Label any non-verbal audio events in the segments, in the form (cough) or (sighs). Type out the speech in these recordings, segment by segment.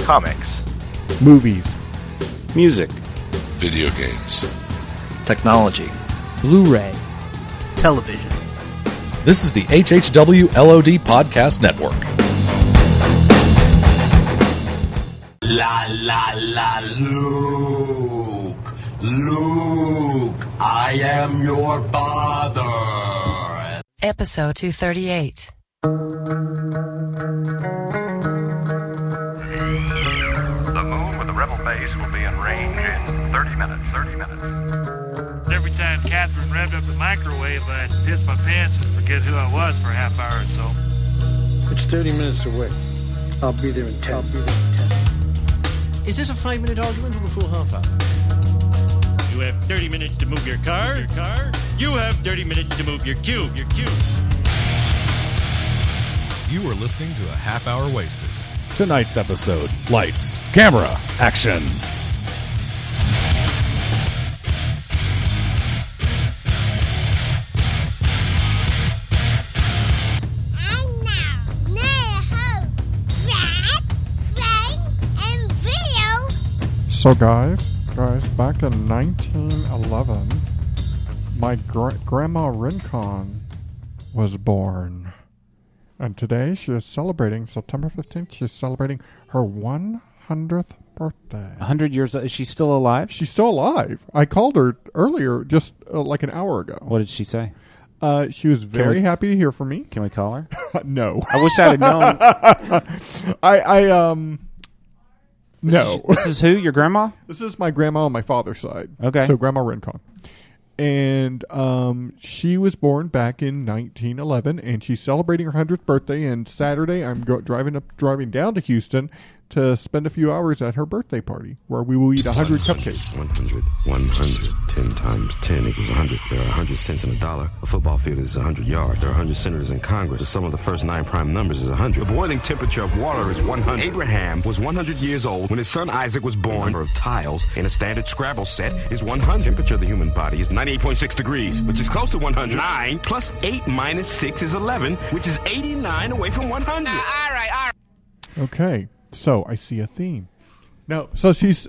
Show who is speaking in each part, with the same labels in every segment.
Speaker 1: comics,
Speaker 2: movies,
Speaker 3: music,
Speaker 4: video games,
Speaker 5: technology,
Speaker 6: Blu-ray,
Speaker 7: television.
Speaker 8: This is the HHW LOD Podcast Network.
Speaker 9: La la la Luke. Luke, I am your father.
Speaker 10: Episode 238.
Speaker 11: The moon with the rebel base will be in range in 30 minutes. 30 minutes.
Speaker 12: Every time Catherine revved up the microwave, I'd piss my pants and forget who I was for a half hour or so.
Speaker 13: It's 30 minutes away. I'll be there in 10. I'll be there in
Speaker 14: 10. Is this a five minute argument or a full half hour?
Speaker 15: You have 30 minutes to move your car. Your car. You have 30 minutes to move your cube. Your cube.
Speaker 8: You are listening to a half hour wasted.
Speaker 2: Tonight's episode lights, camera, action.
Speaker 16: So guys, guys, back in 1911, my gra- grandma Rincon was born. And today she is celebrating, September 15th, she's celebrating her 100th birthday.
Speaker 17: 100 years, is she still alive?
Speaker 16: She's still alive. I called her earlier, just uh, like an hour ago.
Speaker 17: What did she say?
Speaker 16: Uh, she was very
Speaker 17: we,
Speaker 16: happy to hear from me.
Speaker 17: Can we call her?
Speaker 16: (laughs) no.
Speaker 17: I wish I'd have known.
Speaker 16: (laughs) I, I, um...
Speaker 17: This
Speaker 16: no.
Speaker 17: Is, (laughs) this is who? Your grandma?
Speaker 16: This is my grandma on my father's side.
Speaker 17: Okay.
Speaker 16: So Grandma Rincon. And um, she was born back in 1911, and she's celebrating her 100th birthday. And Saturday, I'm go- driving up, driving down to Houston to spend a few hours at her birthday party, where we will eat 100, 100 cupcakes.
Speaker 18: 100, 100, 10 times 10 equals 100. There are 100 cents in a dollar. A football field is 100 yards. There are 100 senators in Congress. The sum of the first nine prime numbers is 100.
Speaker 19: The boiling temperature of water is 100. Abraham was 100 years old when his son Isaac was born. The number of tiles in a standard Scrabble set is 100. The temperature of the human body is 98.6 degrees, which is close to 100. 9 plus 8 minus 6 is 11, which is 89 away from 100. Uh, all right, all right.
Speaker 16: Okay. So I see a theme. No, so she's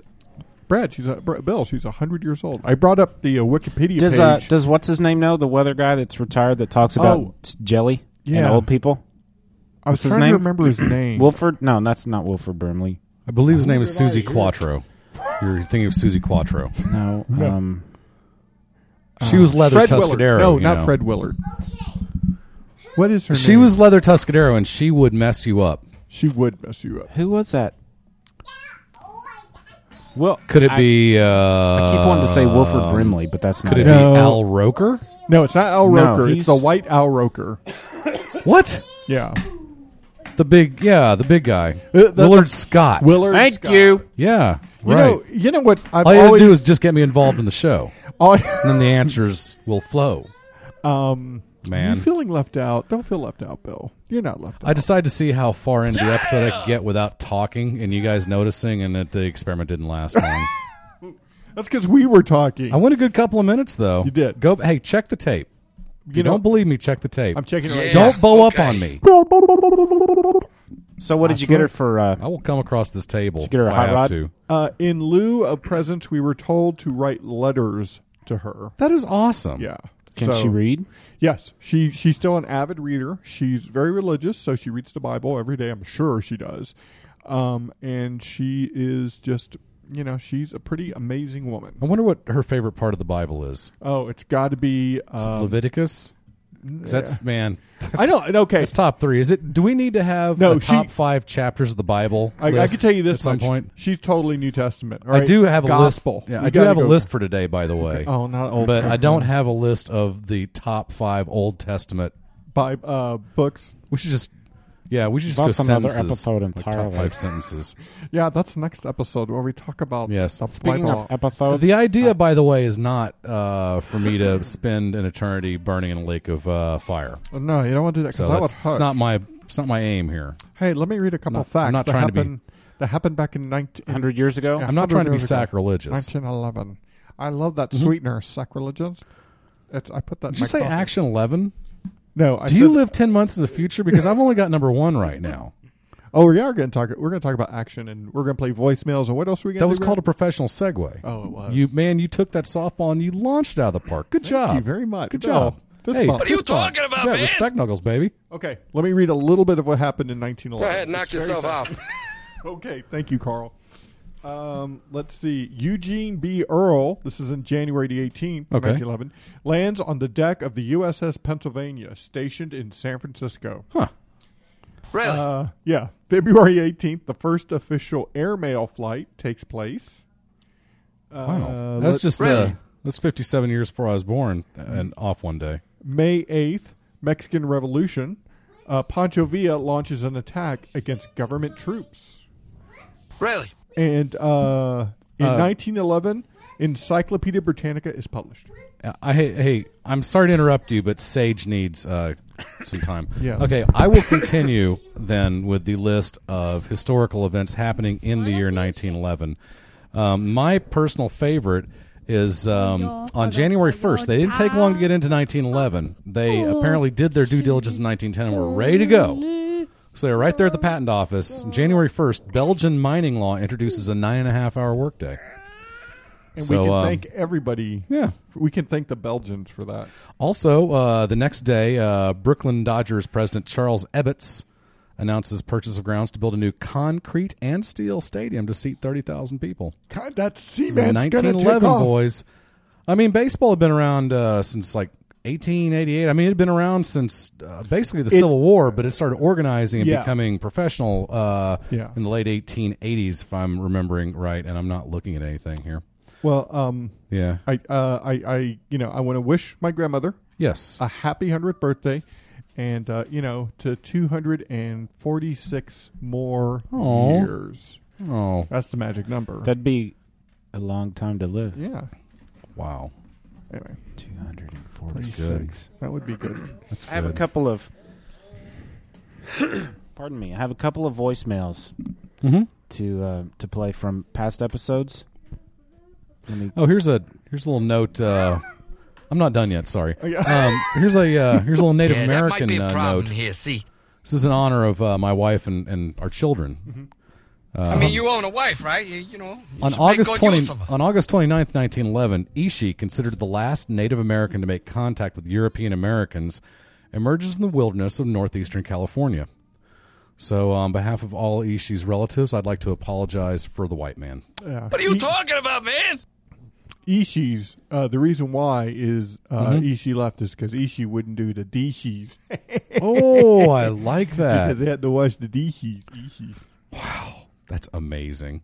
Speaker 16: Brad. She's a Bill. She's hundred years old. I brought up the uh, Wikipedia
Speaker 17: does,
Speaker 16: page.
Speaker 17: Uh, does what's his name know the weather guy that's retired that talks about
Speaker 16: Oh.
Speaker 17: jelly and
Speaker 16: Yeah.
Speaker 17: old people?
Speaker 16: I was
Speaker 17: What's his
Speaker 16: trying
Speaker 17: name?
Speaker 16: to remember his name.
Speaker 17: Wilford? No, that's not Wilford Brimley.
Speaker 3: I believe his name is Susie Quattro. You're thinking of Susie Quattro.
Speaker 17: No,
Speaker 16: No.
Speaker 17: um, uh,
Speaker 3: She was Leather
Speaker 16: Fred
Speaker 3: Tuscadero.
Speaker 16: Willard. No,
Speaker 3: you
Speaker 16: not
Speaker 3: know.
Speaker 16: Fred Willard. What is her
Speaker 3: She
Speaker 16: name?
Speaker 3: was Leather Tuscadero, and she would mess you up.
Speaker 16: She would mess you up.
Speaker 17: who was that? Well,
Speaker 3: Could it
Speaker 17: I-
Speaker 3: be? Uh,
Speaker 17: I keep wanting to say Wilford Brimley, but that's not
Speaker 3: Could it
Speaker 17: it.
Speaker 16: No.
Speaker 3: be Al Roker?
Speaker 16: No, it's not Al
Speaker 17: No,
Speaker 16: Roker.
Speaker 17: he's-
Speaker 16: it's the white Al Roker.
Speaker 3: What?
Speaker 16: Yeah.
Speaker 3: The big, yeah, the big guy,
Speaker 16: Uh, the-
Speaker 3: Willard
Speaker 16: the-
Speaker 3: Scott.
Speaker 16: Willard.
Speaker 17: Thank
Speaker 16: Scott.
Speaker 17: you.
Speaker 3: yeah,
Speaker 16: You
Speaker 3: right.
Speaker 16: know, you know what? I've
Speaker 3: All you
Speaker 16: always
Speaker 3: have to do is just get me involved in the show,
Speaker 16: (laughs) all-
Speaker 3: and then the answers will flow.
Speaker 16: um,
Speaker 3: Man.
Speaker 16: you feeling left out? Don't feel left out, Bill. You're not left out.
Speaker 3: I decided to see how far into the episode I could get without talking and you guys noticing, and that the experiment didn't last long.
Speaker 16: (laughs) That's because we were talking.
Speaker 3: I went a good couple of minutes though.
Speaker 16: You did.
Speaker 3: Go. Hey, check the tape. If you
Speaker 16: know-
Speaker 3: don't believe me, check the tape.
Speaker 16: I'm checking it right now.
Speaker 3: Don't bow up on me.
Speaker 17: So, what did you get her for? Uh,
Speaker 3: I will come across this table.
Speaker 17: Did you get her
Speaker 3: if
Speaker 17: a
Speaker 3: I
Speaker 17: hot
Speaker 3: have
Speaker 17: rod?
Speaker 3: to.
Speaker 16: Uh, in lieu of presents, we were told to write letters to her.
Speaker 3: That is awesome.
Speaker 16: Yeah.
Speaker 17: can
Speaker 16: So-
Speaker 17: she read?
Speaker 16: Yes, she she's still an avid reader. She's very religious, so she reads the Bible every day. I'm sure she does, um, and she is just you know she's a pretty amazing woman.
Speaker 3: I wonder what her favorite part of the Bible is.
Speaker 16: Oh, it's got to be
Speaker 3: Is it
Speaker 16: um, eh.
Speaker 3: Leviticus. 'Cause That's man.
Speaker 16: I know. and Okay,
Speaker 3: It's top three. Is it? Do we need to have
Speaker 16: No,
Speaker 3: a top
Speaker 16: she-
Speaker 3: five chapters of the Bible?
Speaker 16: I, I
Speaker 3: list
Speaker 16: can tell you this
Speaker 3: at some
Speaker 16: much.
Speaker 3: point.
Speaker 16: She's totally New Testament. all
Speaker 3: I
Speaker 16: right?
Speaker 3: do have a
Speaker 16: Gospel.
Speaker 3: list. Yeah,
Speaker 16: You
Speaker 3: I do
Speaker 16: gotta
Speaker 3: have a
Speaker 16: go-
Speaker 3: list for today, by the way.
Speaker 16: Oh, not Old
Speaker 3: but I
Speaker 16: Testament.
Speaker 3: don't have a list of the top five Old Testament.
Speaker 16: by uh, books.
Speaker 3: We should just, yeah, we should just go
Speaker 17: That's another
Speaker 3: sentences.
Speaker 17: episode
Speaker 3: like top
Speaker 17: entirely.
Speaker 3: five sentences.
Speaker 16: Yeah, that's next episode where we talk about
Speaker 3: Yes.
Speaker 16: the
Speaker 17: Speaking
Speaker 16: Bible.
Speaker 17: of episodes,
Speaker 3: The idea, by the way, is not uh, for me to spend an eternity burning in a lake of uh, fire.
Speaker 16: no, you don't want to do that because
Speaker 3: So
Speaker 16: I would
Speaker 3: that's, it's
Speaker 16: hurt.
Speaker 3: not my it's not my aim here.
Speaker 16: hey, let me read a couple
Speaker 3: not-
Speaker 16: facts
Speaker 3: I'm not
Speaker 16: that
Speaker 3: trying to be-
Speaker 16: happened that happened back in 19,
Speaker 17: hundred years ago.
Speaker 16: Yeah.
Speaker 3: I'm not trying to
Speaker 16: 100
Speaker 3: be
Speaker 16: years ago.
Speaker 3: sacrilegious. Mm-hmm.
Speaker 16: 1911. I love that sweetener, sacrilegious. It's, I put that. in
Speaker 3: Did you
Speaker 16: my
Speaker 3: say
Speaker 16: coffee.
Speaker 3: Action Eleven?
Speaker 16: No. I
Speaker 3: Do you
Speaker 16: said-
Speaker 3: live ten months in the future? Because I've only got number one right now.
Speaker 16: Oh, we are going to talk. We're going to talk about action, and we're going to play voicemails. And what else are we going to?
Speaker 19: That was
Speaker 16: do,
Speaker 19: called a professional segue.
Speaker 16: Oh, it was.
Speaker 19: You man, you took that softball and you launched out of the park. Good job.
Speaker 16: you very much.
Speaker 19: Good
Speaker 16: No.
Speaker 19: job.
Speaker 16: Fist
Speaker 19: hey,
Speaker 16: bump.
Speaker 19: fist
Speaker 16: What are you
Speaker 19: bump.
Speaker 16: talking about,
Speaker 19: Yeah,
Speaker 16: man?
Speaker 19: respect knuckles, baby.
Speaker 16: Okay, let me read a little bit of what happened in 1911.
Speaker 3: Go ahead, knock
Speaker 16: It's very
Speaker 3: yourself
Speaker 16: fast. (laughs)
Speaker 3: out.
Speaker 16: okay, thank you, Carl. Um, let's see. Eugene B. Earl, this is in January the 18th,
Speaker 19: Okay.
Speaker 16: 1911, lands on the deck of the USS Pennsylvania, stationed in San Francisco. Huh.
Speaker 3: Really?
Speaker 16: Uh, yeah. February 18th, the first official airmail flight takes place.
Speaker 19: Wow,
Speaker 16: Uh,
Speaker 19: that's
Speaker 16: let's-
Speaker 19: just uh, that's fifty-seven years before I was born, and off one day.
Speaker 16: May 8th, Mexican Revolution. Uh, Pancho Villa launches an attack against government troops.
Speaker 3: Really?
Speaker 16: And uh, in
Speaker 19: Uh,
Speaker 16: 1911, Encyclopedia Britannica is published.
Speaker 19: Uh, I hey, hey, I'm sorry to interrupt you, but Sage needs uh, some time.
Speaker 16: (laughs) Yeah.
Speaker 19: Okay, I will continue then with the list of historical events happening in the year 1911. Um, my personal favorite is um, on January 1st. They didn't take long to get into 1911. They apparently did their due diligence in 1910 and were ready to go. So they're right there at the patent office. January 1st, Belgian mining law introduces a nine and a half hour workday.
Speaker 16: And
Speaker 19: So,
Speaker 16: we can
Speaker 19: um,
Speaker 16: thank everybody.
Speaker 19: Yeah.
Speaker 16: We can thank the Belgians for that.
Speaker 19: Also, uh, the next day, uh, Brooklyn Dodgers president Charles Ebbets announces purchase of grounds to build a new concrete and steel stadium to seat 30,000 people.
Speaker 16: God, that
Speaker 19: This is 1911, boys. I mean, baseball had been around uh, since like 1888. I mean, it had been around since uh, basically the
Speaker 16: It-
Speaker 19: Civil War, but it started organizing and
Speaker 16: Yeah.
Speaker 19: becoming professional uh,
Speaker 16: Yeah.
Speaker 19: in the late 1880s, if I'm remembering right, and I'm not looking at anything here.
Speaker 16: Well, um,
Speaker 19: Yeah.
Speaker 16: I, uh, I, I, you know, I want to wish my grandmother
Speaker 19: Yes.
Speaker 16: a happy hundredth birthday, and uh, you know, to two hundred and forty-six more
Speaker 19: Aw.
Speaker 16: years.
Speaker 19: Oh.
Speaker 16: That's the magic number.
Speaker 17: That'd be a long time to live.
Speaker 16: yeah.
Speaker 19: Wow.
Speaker 16: Anyway,
Speaker 17: Two hundred and
Speaker 19: That's good.
Speaker 17: forty-six.
Speaker 16: that would be good.
Speaker 17: I have a
Speaker 19: good.
Speaker 17: couple of. (coughs) pardon me. I have a couple of voicemails
Speaker 19: Mm-hmm.
Speaker 17: to uh, to play from past episodes. Let me
Speaker 19: Oh, here's a here's a little note. Uh, I'm not done yet. Sorry.
Speaker 17: yeah.
Speaker 19: Um, here's a uh, here's a little Native
Speaker 13: Yeah, that might
Speaker 19: American
Speaker 13: be a
Speaker 19: uh,
Speaker 13: problem
Speaker 19: note.
Speaker 13: here, see.
Speaker 19: this is in honor of uh, my wife and, and our children.
Speaker 13: Mm-hmm. I mean,
Speaker 19: Um,
Speaker 13: you own a wife, right? You, you know.
Speaker 19: on
Speaker 13: should make
Speaker 19: August
Speaker 13: good
Speaker 19: 20
Speaker 13: use of her.
Speaker 19: on August 29th, 1911, Ishi, considered the last Native American to make contact with European Americans, emerges from the wilderness of northeastern California. So, on behalf of all Ishi's relatives, I'd like to apologize for the white man.
Speaker 16: Yeah.
Speaker 3: What are you talking about, man?
Speaker 16: Ishi's uh, the reason why is uh,
Speaker 19: Mhm.
Speaker 16: Ishi left us because Ishi wouldn't do the Dishis.
Speaker 19: Oh, I
Speaker 16: (laughs)
Speaker 19: like that.
Speaker 16: because they had to wash the Dishis. Ishis.
Speaker 19: That's amazing.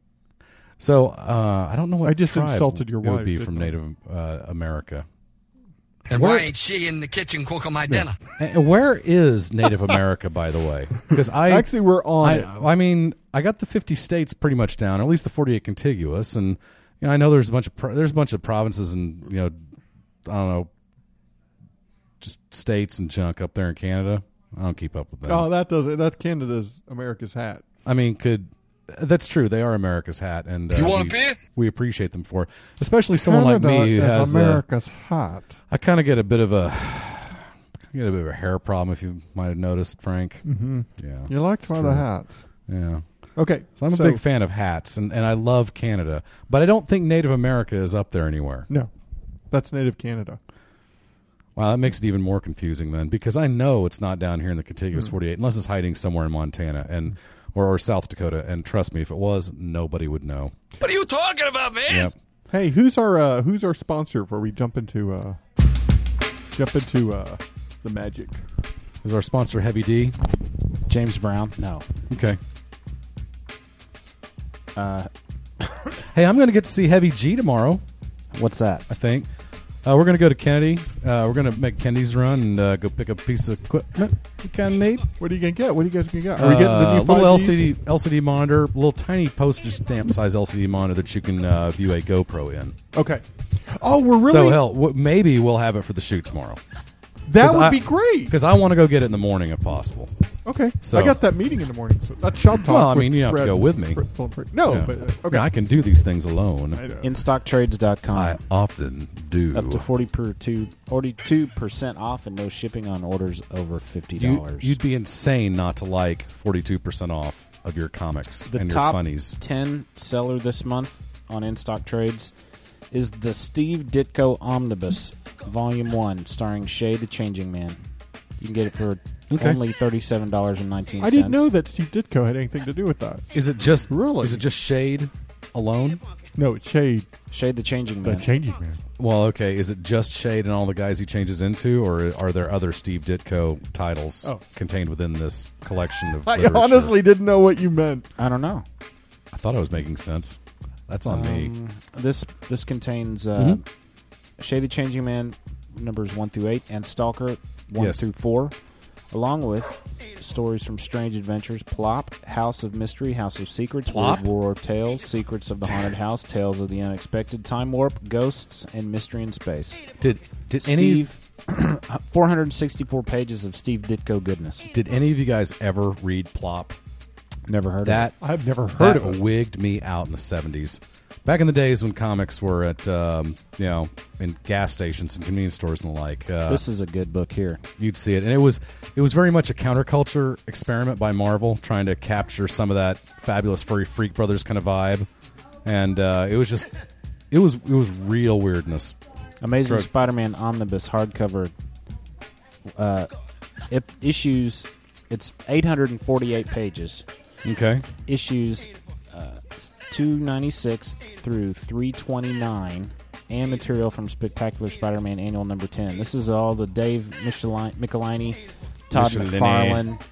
Speaker 19: So uh, I don't know what
Speaker 16: I just
Speaker 19: tribe
Speaker 16: insulted your
Speaker 19: it
Speaker 16: wife,
Speaker 19: Would be
Speaker 16: didn't
Speaker 19: from
Speaker 16: I?
Speaker 19: Native uh, America.
Speaker 13: And
Speaker 19: Where-
Speaker 13: why ain't she in the kitchen cooking my dinner?
Speaker 19: And where is Native America, by the way? Because I
Speaker 16: Actually, we're on
Speaker 19: I,
Speaker 16: it.
Speaker 19: I mean, I got the fifty states pretty much down, or at least the forty-eight contiguous, and you know, I know there's a bunch of pro- there's a bunch of provinces and you know, I don't know, just states and junk up there in Canada. I don't keep up with that.
Speaker 16: Oh, that doesn't. That's Canada's America's hat.
Speaker 19: I mean, could that's true? They are America's hat, and uh,
Speaker 16: You want a
Speaker 19: we,
Speaker 16: beer?
Speaker 19: We appreciate them for, it. especially someone like
Speaker 16: Canada
Speaker 19: me who
Speaker 16: is
Speaker 19: has uh,
Speaker 16: America's hat.
Speaker 19: I kind of get a bit of a I get a bit of a hair problem if you might have noticed, Frank.
Speaker 16: Mhm.
Speaker 19: Yeah,
Speaker 16: You like
Speaker 19: it's
Speaker 16: to wear the
Speaker 19: true.
Speaker 16: hats.
Speaker 19: Yeah.
Speaker 16: Okay,
Speaker 19: so I'm a
Speaker 16: so-
Speaker 19: big fan of hats, and, and I love Canada, but I don't think Native America is up there anywhere.
Speaker 16: No, that's native Canada.
Speaker 19: Wow, that makes it even more confusing then, because I know it's not down here in the contiguous
Speaker 16: Hmm.
Speaker 19: 48, unless it's hiding somewhere in Montana and or, or South Dakota. And trust me, if it was, nobody would know.
Speaker 3: What are you talking about, man?
Speaker 19: Yep.
Speaker 16: Hey, who's our uh, who's our sponsor before we jump into uh, jump into uh, the magic?
Speaker 19: Is our sponsor Heavy D?
Speaker 17: James Brown. No.
Speaker 19: Okay.
Speaker 17: Uh,
Speaker 19: Hey, I'm going to get to see Heavy G tomorrow.
Speaker 17: What's that?
Speaker 19: I think uh, we're going to go to Kennedy's. Uh, we're going to make Kennedy's run and uh, go pick up a piece of equipment we kind of need.
Speaker 16: What are you gonna get? What are you guys gonna get? Are we getting the
Speaker 19: Uh,
Speaker 16: new
Speaker 19: little
Speaker 16: 5Gs?
Speaker 19: LCD LCD monitor, little tiny postage stamp size LCD monitor that you can uh, view a GoPro in.
Speaker 16: Okay. Oh, we're really
Speaker 19: So hell, w- maybe we'll have it for the shoot tomorrow.
Speaker 16: That would be great.
Speaker 19: because I want to go get it in the morning if possible.
Speaker 16: okay.
Speaker 19: So-
Speaker 16: I got that meeting in the morning. So that's shop talk.
Speaker 19: well, I
Speaker 16: with
Speaker 19: mean, you don't have
Speaker 16: Fred-
Speaker 19: to go with me.
Speaker 16: Fred Fulford. no,
Speaker 19: Yeah.
Speaker 16: but uh, okay.
Speaker 19: I can do these things alone.
Speaker 17: InStockTrades.com. I
Speaker 19: often do.
Speaker 17: Up to 40 per two, 42% off and no shipping on orders over $50.
Speaker 19: You, would be insane not to like forty two percent off of your comics
Speaker 17: the
Speaker 19: and
Speaker 17: top
Speaker 19: your funnies.
Speaker 17: ten seller this month on in stock trades is the Steve Ditko Omnibus, Volume One, starring Shay the Changing Man. You can get it for
Speaker 19: Okay.
Speaker 17: only thirty-seven dollars and nineteen
Speaker 16: I
Speaker 17: cents.
Speaker 16: didn't know that Steve Ditko had anything to do with that.
Speaker 19: Is it just
Speaker 16: Really?
Speaker 19: Is it just shade alone?
Speaker 16: No, it's Shade.
Speaker 17: Shade the Changing
Speaker 16: The
Speaker 17: Man.
Speaker 16: Changing Man.
Speaker 19: Well, okay. Is it just Shade and all the guys he changes into, or are there other Steve Ditko titles
Speaker 16: Oh.
Speaker 19: contained within this collection of?
Speaker 16: I
Speaker 19: literature?
Speaker 16: honestly didn't know what you meant.
Speaker 17: I don't know.
Speaker 19: I thought I was making sense. That's on me.
Speaker 17: Um, This this contains uh,
Speaker 19: Mhm.
Speaker 17: Shay the Changing Man numbers one through eight and Stalker one
Speaker 19: Yes.
Speaker 17: through four, along with stories from Strange Adventures, Plop, House of Mystery, House of Secrets,
Speaker 19: Plop?
Speaker 17: Weird War Tales, Secrets of the Haunted House, Tales of the Unexpected, Time Warp, Ghosts, and Mystery in Space.
Speaker 19: Did did any
Speaker 17: Steve, (clears throat) 464 pages of Steve Ditko goodness.
Speaker 19: did any of you guys ever read Plop?
Speaker 17: Never heard of
Speaker 19: That
Speaker 17: it.
Speaker 16: I've never
Speaker 19: that
Speaker 16: heard of it.
Speaker 19: wigged me out in the 70s. Back in the days when comics were at, um, you know, in gas stations and convenience stores and the like, uh,
Speaker 17: This is a good book here.
Speaker 19: you'd see it, and it was it was very much a counterculture experiment by Marvel, trying to capture some of that fabulous furry freak brothers kind of vibe, and uh, it was just it was it was real weirdness.
Speaker 17: Amazing
Speaker 19: Drug-
Speaker 17: Spider-Man Omnibus hardcover uh, it issues. It's 848 pages.
Speaker 19: Okay,
Speaker 17: Issues uh, 296 through 329, and material from Spectacular Spider-Man Annual Number 10. This is all the Dave Michelin- Michelini, Todd
Speaker 19: Michelini.
Speaker 17: McFarlane,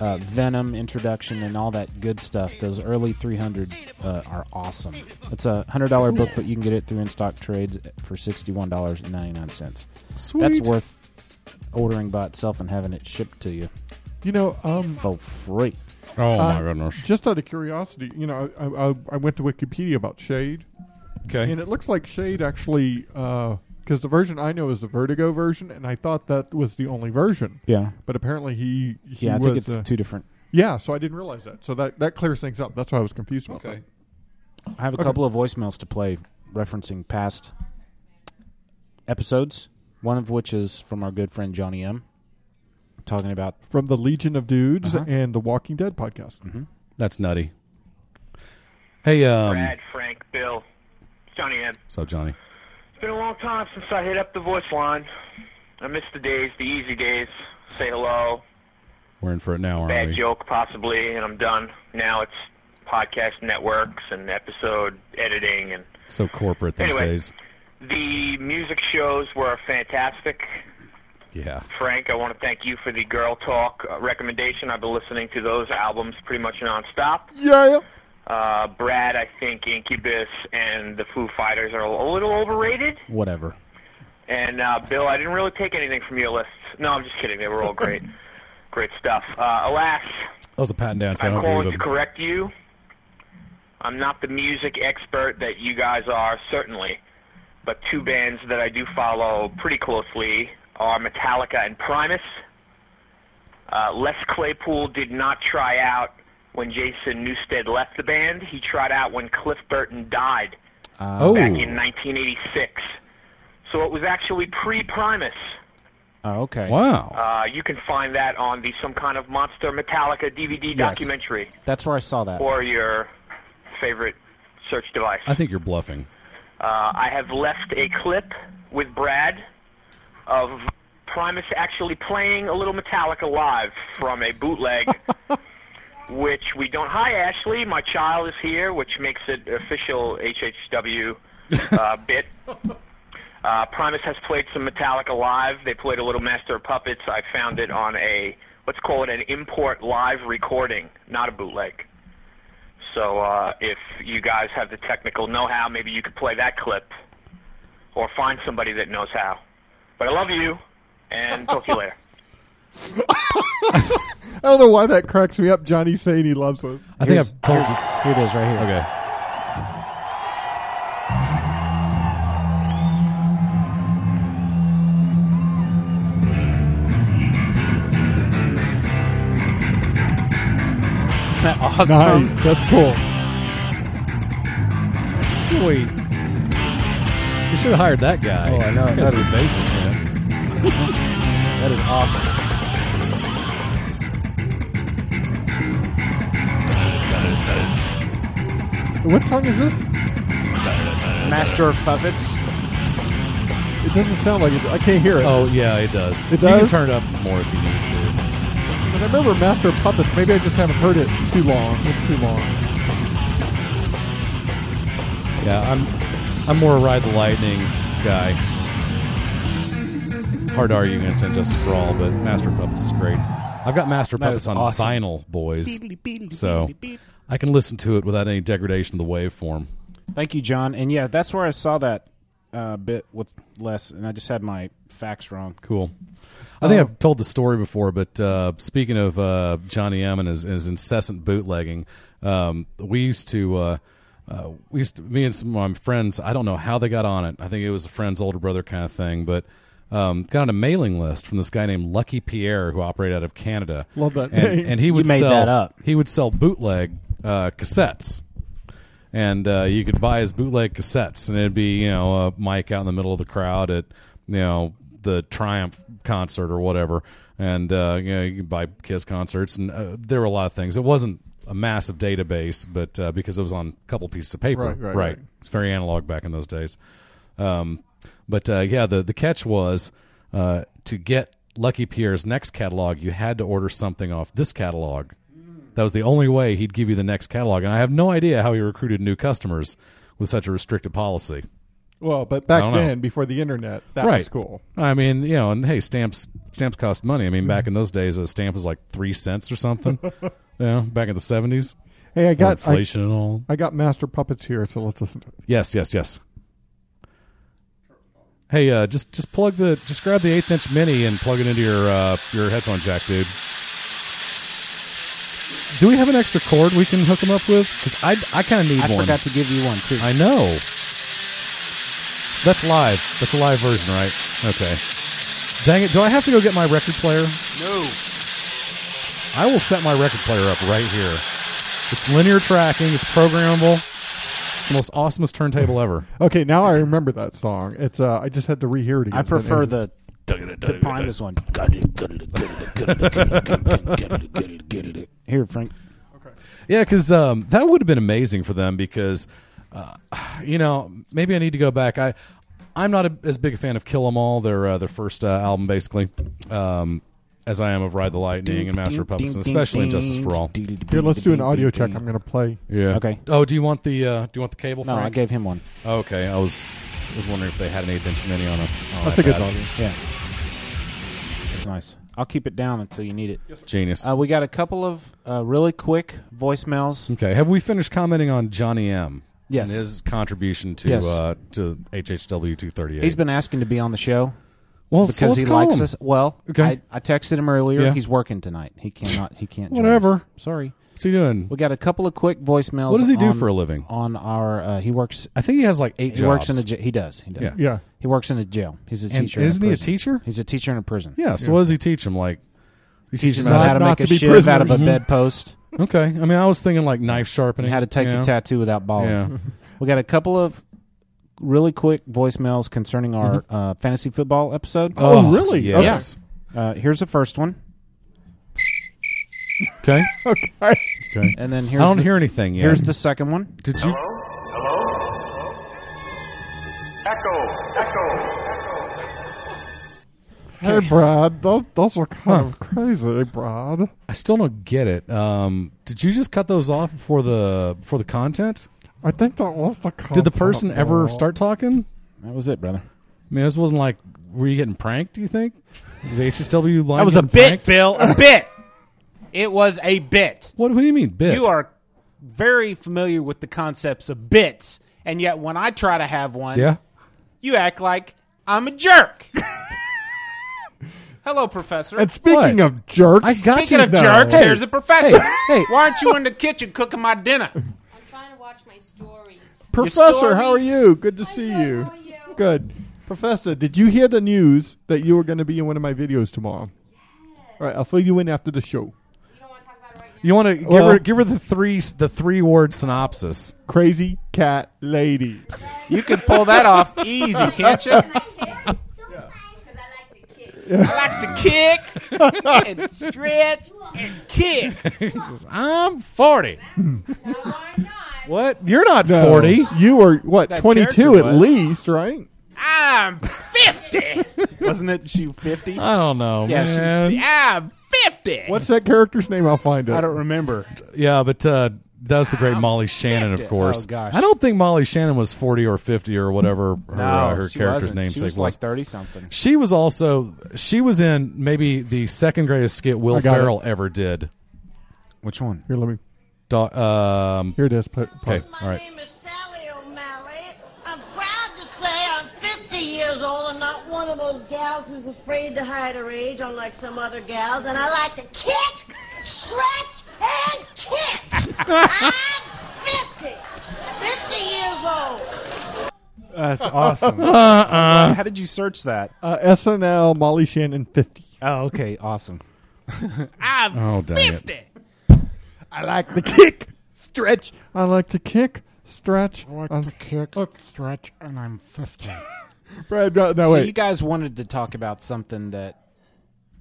Speaker 17: uh, Venom introduction, and all that good stuff. Those early 300 uh, are awesome. It's a hundred dollar book, but you can get it through in stock trades for sixty one dollars and ninety nine cents.
Speaker 19: sweet.
Speaker 17: That's worth ordering by itself and having it shipped to you
Speaker 16: You know, um,
Speaker 17: for free.
Speaker 19: Oh
Speaker 16: uh,
Speaker 19: my goodness.
Speaker 16: Just out of curiosity, you know, I, I, I went to Wikipedia about Shade,
Speaker 19: Okay,
Speaker 16: and it looks like Shade actually, because the version I know is the Vertigo version, and I thought that was the only version.
Speaker 17: Yeah,
Speaker 16: But apparently he, he
Speaker 17: yeah. I
Speaker 16: was,
Speaker 17: think it's
Speaker 16: uh,
Speaker 17: two different.
Speaker 16: yeah. So I didn't realize that. So that that clears things up. That's why I was confused about
Speaker 19: okay.
Speaker 17: I have a
Speaker 16: okay.
Speaker 17: couple of voicemails to play referencing past episodes. One of which is from our good friend Johnny M. Talking about
Speaker 16: that. From the Legion of Dudes
Speaker 17: Uh-huh.
Speaker 16: and the Walking Dead podcast.
Speaker 19: That's nutty. Hey, um,
Speaker 3: Brad, Frank, Bill, Johnny M.
Speaker 19: what's up, Johnny?
Speaker 3: It's been a long time since I hit up the voice line. I miss the days, the easy days. Say hello,
Speaker 19: We're in for it now, aren't
Speaker 3: bad
Speaker 19: we?
Speaker 3: joke possibly, and I'm done. Now it's podcast networks and episode editing and
Speaker 19: So corporate these
Speaker 3: Anyway.
Speaker 19: days.
Speaker 3: the music shows were fantastic.
Speaker 19: Yeah.
Speaker 3: Frank, I want to thank you for the girl talk uh, recommendation. I've been listening to those albums pretty much nonstop.
Speaker 16: Yeah.
Speaker 3: Uh, Brad, I think Incubus and the Foo Fighters are a little overrated.
Speaker 17: whatever.
Speaker 3: And uh, Bill, I didn't really take anything from your list. No, I'm just kidding. They were all great, great stuff. Uh, alas,
Speaker 19: That was a patent dance. I
Speaker 3: I'm
Speaker 19: don't
Speaker 3: calling
Speaker 19: believe
Speaker 3: to
Speaker 19: it.
Speaker 3: correct you. I'm not the music expert that you guys are, certainly, but two bands that I do follow pretty closely are Metallica and Primus. Uh, Les Claypool did not try out when Jason Newsted left the band. He tried out when Cliff Burton died
Speaker 19: Oh,
Speaker 3: back in 1986. So it was actually pre-Primus.
Speaker 17: Oh, okay.
Speaker 19: wow.
Speaker 3: Uh, you can find that on the Some Kind of Monster Metallica DVD documentary
Speaker 17: That's where I saw that.
Speaker 3: or your favorite search device.
Speaker 19: I think you're bluffing.
Speaker 3: Uh, I have left a clip with Brad of Primus actually playing a little Metallica live from a bootleg, which we don't. Hi, Ashley. My child is here, which makes it official HHW uh, bit. Uh, Primus has played some Metallica live. They played a little Master of Puppets. I found it on a let's call it an import live recording, not a bootleg. So uh, if you guys have the technical know-how, maybe you could play that clip, or find somebody that knows how. But I love you, and talk to you
Speaker 20: (laughs)
Speaker 3: later.
Speaker 16: I don't know why that cracks me up. Johnny saying he loves us.
Speaker 19: I think
Speaker 17: Here's-
Speaker 19: I've told you.
Speaker 17: here's- here it is, right here.
Speaker 19: Okay.
Speaker 17: Isn't that awesome?
Speaker 16: Nice. That's cool.
Speaker 19: Sweet. You should have hired that guy.
Speaker 17: Oh, I know.
Speaker 19: That guy's a
Speaker 17: That
Speaker 19: good bassist, man.
Speaker 17: That is awesome.
Speaker 13: What song is this?
Speaker 17: Master of Puppets.
Speaker 13: It doesn't sound like it. I can't hear it.
Speaker 16: Oh yeah, it does.
Speaker 13: It does?
Speaker 16: You can turn it up more if you need to.
Speaker 13: But I remember Master of Puppets. Maybe I just haven't heard it too long. It's too long.
Speaker 16: Yeah, I'm I'm more a ride the lightning guy. It's hard to argue against Injustice for All, but Master of Puppets is great. I've got Master of
Speaker 17: That
Speaker 16: Puppets
Speaker 17: is
Speaker 16: on
Speaker 17: awesome.
Speaker 16: vinyl, boys,
Speaker 17: Beedly, beedly,
Speaker 16: so
Speaker 17: beedly, beedly.
Speaker 16: I can listen to it without any degradation of the waveform.
Speaker 17: Thank you, John. And yeah, that's where I saw that uh, bit with Les, and I just had my facts wrong.
Speaker 16: Cool. I
Speaker 13: Um,
Speaker 16: think I've told the story before, but uh, speaking of uh, Johnny M and his, his incessant bootlegging, um, we used to, uh, uh, we used to, me and some of my friends. I don't know how they got on it. I think it was a friend's older brother kind of thing, but um, got on a mailing list from this guy named Lucky Pierre who operated out of Canada.
Speaker 13: Love that
Speaker 16: and,
Speaker 13: name.
Speaker 16: and he would
Speaker 17: You made
Speaker 16: sell
Speaker 17: that up.
Speaker 16: He would sell bootleg uh, cassettes and uh, you could buy his bootleg cassettes, and it'd be you know a mic out in the middle of the crowd at you know the Triumph concert or whatever, and uh, you know you could buy Kiss concerts, and uh, there were a lot of things. It wasn't a massive database, but uh, because it was on a couple pieces of paper,
Speaker 13: Right, right, right.
Speaker 16: It's very analog back in those days. Um, but uh, yeah, the the catch was uh, to get Lucky Pierre's next catalog, you had to order something off this catalog. That was the only way he'd give you the next catalog, and I have no idea how he recruited new customers with such a restricted policy.
Speaker 13: Well, but back
Speaker 16: I don't know.
Speaker 13: then, before the internet, that
Speaker 16: right.
Speaker 13: was cool.
Speaker 16: I mean, you know, and hey, stamps stamps cost money. I mean, back in those days, a stamp was like three cents or
Speaker 13: (laughs)
Speaker 16: something. you know, back in the seventies.
Speaker 13: Hey, I got I-
Speaker 16: inflation and all.
Speaker 13: I got Master Puppets here, so let's listen. to it.
Speaker 16: Yes, yes, yes. Hey, uh, just just plug the just grab the eighth inch mini and plug it into your uh, your headphone jack, dude. Do we have an extra cord we can hook them up with? Because I I kind of need
Speaker 17: I
Speaker 16: one.
Speaker 17: forgot to give you one too.
Speaker 16: I know. That's live. That's a live version, right? Okay. Dang it! Do I have to go get my record player?
Speaker 5: No.
Speaker 16: I will set my record player up right here. It's linear tracking. It's programmable. It's the most awesomest turntable ever.
Speaker 13: Okay, now I remember that song. It's uh, I just had to rehear it again.
Speaker 17: I prefer the the
Speaker 16: dug-a-dug-a-dug.
Speaker 17: Primus one. Here, Frank.
Speaker 16: Yeah, because um, that would have been amazing for them. Because uh, you know, maybe I need to go back. I I'm not a, as big a fan of Kill 'Em All, their uh, their first uh, album, basically, um, as I am of Ride the Lightning and Master of Puppets, and especially Injustice for All.
Speaker 13: Here, let's do an audio check. I'm gonna play.
Speaker 16: Yeah.
Speaker 17: Okay.
Speaker 16: Oh, do you want the uh, do you want the cable?
Speaker 17: No, I
Speaker 16: Frank?
Speaker 17: gave him one.
Speaker 16: Okay, I was I was wondering if they had an eighth inch mini on a. On
Speaker 13: That's a good
Speaker 16: iPad.
Speaker 13: song.
Speaker 17: Yeah. That's nice. I'll keep it down until you need it.
Speaker 16: Genius.
Speaker 17: Uh, we got a couple of uh, really quick voicemails.
Speaker 16: Okay, have we finished commenting on Johnny M?
Speaker 17: Yes.
Speaker 16: And his contribution to
Speaker 17: Yes.
Speaker 16: uh, to HHW two thirty eight.
Speaker 17: He's been asking to be on the show.
Speaker 16: Well,
Speaker 17: because
Speaker 16: so let's
Speaker 17: he
Speaker 16: call
Speaker 17: likes
Speaker 16: him.
Speaker 17: us. Well,
Speaker 16: Okay.
Speaker 17: I, I texted him earlier.
Speaker 16: Yeah.
Speaker 17: He's working tonight. He cannot. He can't. join us.
Speaker 16: Whatever.
Speaker 17: Sorry.
Speaker 16: What's he doing?
Speaker 17: We got a couple of quick voicemails.
Speaker 16: What does he do
Speaker 17: on-
Speaker 16: for a living?
Speaker 17: On our, uh, he works.
Speaker 16: I think he has like eight
Speaker 17: He
Speaker 16: jobs.
Speaker 17: works in a. j- He does. He does.
Speaker 16: Yeah.
Speaker 13: Yeah.
Speaker 17: He works in a jail. He's a
Speaker 16: And
Speaker 17: teacher. in
Speaker 16: isn't he a
Speaker 17: prison.
Speaker 16: teacher?
Speaker 17: He's a teacher in a prison.
Speaker 16: Yeah. So what does he teach him? Like he
Speaker 17: Teaches
Speaker 16: him
Speaker 17: them how to
Speaker 13: not
Speaker 17: make a
Speaker 13: to be
Speaker 17: shiv out of a
Speaker 13: prisoners.
Speaker 17: bedpost.
Speaker 16: Mm-hmm. Okay. I mean, I was thinking like knife sharpening.
Speaker 17: and how to take
Speaker 16: you know?
Speaker 17: a tattoo without balling.
Speaker 16: Yeah.
Speaker 17: We got a couple of really quick voicemails concerning our
Speaker 16: Mm-hmm.
Speaker 17: uh, fantasy football episode.
Speaker 13: Oh, really?
Speaker 16: Yes.
Speaker 17: Uh, here's the first one,
Speaker 16: Okay.
Speaker 13: (laughs) Okay. Okay.
Speaker 16: Okay.
Speaker 17: and then
Speaker 16: I
Speaker 17: here's
Speaker 16: don't
Speaker 17: the,
Speaker 16: hear anything yet.
Speaker 17: here's the second one.
Speaker 16: Did you?
Speaker 13: Hey, Brad. Those, those were kind of crazy, Brad.
Speaker 16: I still don't get it. Um, did you just cut those off before the before the content?
Speaker 13: I think that was the.
Speaker 16: Did the
Speaker 13: concept,
Speaker 16: person ever
Speaker 13: bro.
Speaker 16: start talking?
Speaker 17: That was it, brother.
Speaker 16: I mean, this wasn't like were you getting pranked? Do you think? Was HSW line?
Speaker 17: That was a
Speaker 16: getting
Speaker 17: bit,
Speaker 16: pranked?
Speaker 17: Bill. A bit. (laughs) It was a bit.
Speaker 16: What, what do you mean bit?
Speaker 17: You are very familiar with the concepts of bits, and yet when I try to have one,
Speaker 16: Yeah.
Speaker 17: you act like I'm a jerk. Hello, Professor.
Speaker 13: And speaking
Speaker 16: What?
Speaker 13: of jerks,
Speaker 16: I got
Speaker 17: Speaking
Speaker 16: you.
Speaker 17: of
Speaker 16: though.
Speaker 17: jerks,
Speaker 16: Hey,
Speaker 17: here's the professor.
Speaker 16: Hey, hey.
Speaker 17: Why aren't you in the kitchen cooking my dinner?
Speaker 7: I'm trying to watch my stories.
Speaker 13: Professor, how are
Speaker 17: stories.
Speaker 13: you? Good to see you. Good. Professor, did you hear the news that you were going to be in one of my videos tomorrow? All right, I'll fill you in after the show.
Speaker 16: You want to give,
Speaker 13: Well-
Speaker 16: her, give her the three the three word synopsis?
Speaker 13: Crazy cat lady.
Speaker 17: You can pull that off easy, can't
Speaker 13: (laughs)
Speaker 17: you? I like to kick and stretch and kick.
Speaker 16: I'm forty.
Speaker 7: Now, why not?
Speaker 16: What? You're not no. 40.
Speaker 20: You were, what, that 22 at was. least, right?
Speaker 17: I'm 50. Wasn't it she 50?
Speaker 16: I don't know, yeah, man.
Speaker 17: She, ah, I'm 50.
Speaker 20: What's that character's name? I'll find it.
Speaker 17: I don't remember.
Speaker 16: Yeah, but uh, that was the great I'm Molly Shannon, 50. of course.
Speaker 17: Oh, gosh.
Speaker 16: I don't think Molly Shannon was 40 or 50 or whatever her, no, uh, her character's
Speaker 17: wasn't.
Speaker 16: namesake
Speaker 17: Oh, she was. like 30 something.
Speaker 16: She was also, she was in maybe the second greatest skit Will Ferrell it. ever did.
Speaker 17: Which one?
Speaker 20: Here, let me.
Speaker 16: Do, um,
Speaker 20: Here it is. Put,
Speaker 16: okay, put. all right.
Speaker 21: years old. I'm not one of those gals who's afraid to hide her age, unlike some other gals. And I like to kick, stretch, and
Speaker 13: (laughs)
Speaker 21: kick. I'm 50. 50 years old.
Speaker 17: That's awesome. Uh-uh. How did you search that?
Speaker 20: Uh, SNL Molly Shannon 50.
Speaker 17: Oh, okay. (laughs) Awesome. I'm
Speaker 16: oh,
Speaker 17: 50. It.
Speaker 20: I like to kick, stretch. I like to kick, stretch.
Speaker 22: I like I'm, to kick, look. stretch, and I'm
Speaker 17: (laughs)
Speaker 22: 50.
Speaker 20: Brad, no, no,
Speaker 17: so you guys wanted to talk about something that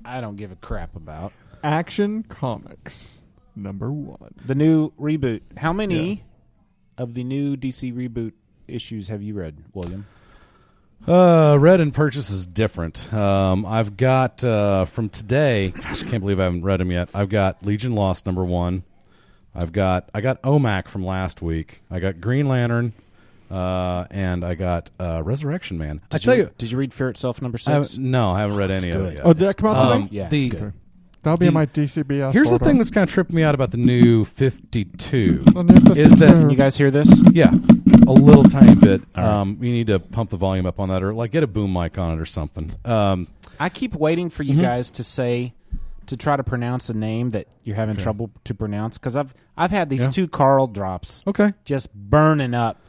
Speaker 17: I don't give a crap about.
Speaker 20: Action Comics number one,
Speaker 17: the new reboot. How many yeah. of the new DC reboot issues have you read, William?
Speaker 16: Uh, read and purchase is different. Um, I've got uh, from today. Gosh, I can't believe I haven't read them yet. I've got Legion Lost number one. I've got I got Omac from last week. I got Green Lantern. Uh, and I got uh, Resurrection Man.
Speaker 17: Did I
Speaker 16: tell you,
Speaker 17: did you read Fear Itself number six?
Speaker 16: I no, I haven't read any
Speaker 20: good.
Speaker 16: of it yet.
Speaker 20: Oh, did that come out
Speaker 16: um,
Speaker 20: today?
Speaker 17: Yeah,
Speaker 16: the,
Speaker 20: that'll be the, in my DCBS.
Speaker 16: Here's
Speaker 20: folder.
Speaker 16: the thing that's kind of tripped me out about the new Fifty Two is that
Speaker 17: you guys hear this?
Speaker 16: Yeah, a little tiny bit. Um, you need to pump the volume up on that, or like get a boom mic on it or something. Um,
Speaker 17: I keep waiting for you mm-hmm. guys to say to try to pronounce a name that you're having okay. trouble to pronounce because I've I've had these yeah. two Carl drops.
Speaker 16: Okay,
Speaker 17: just burning up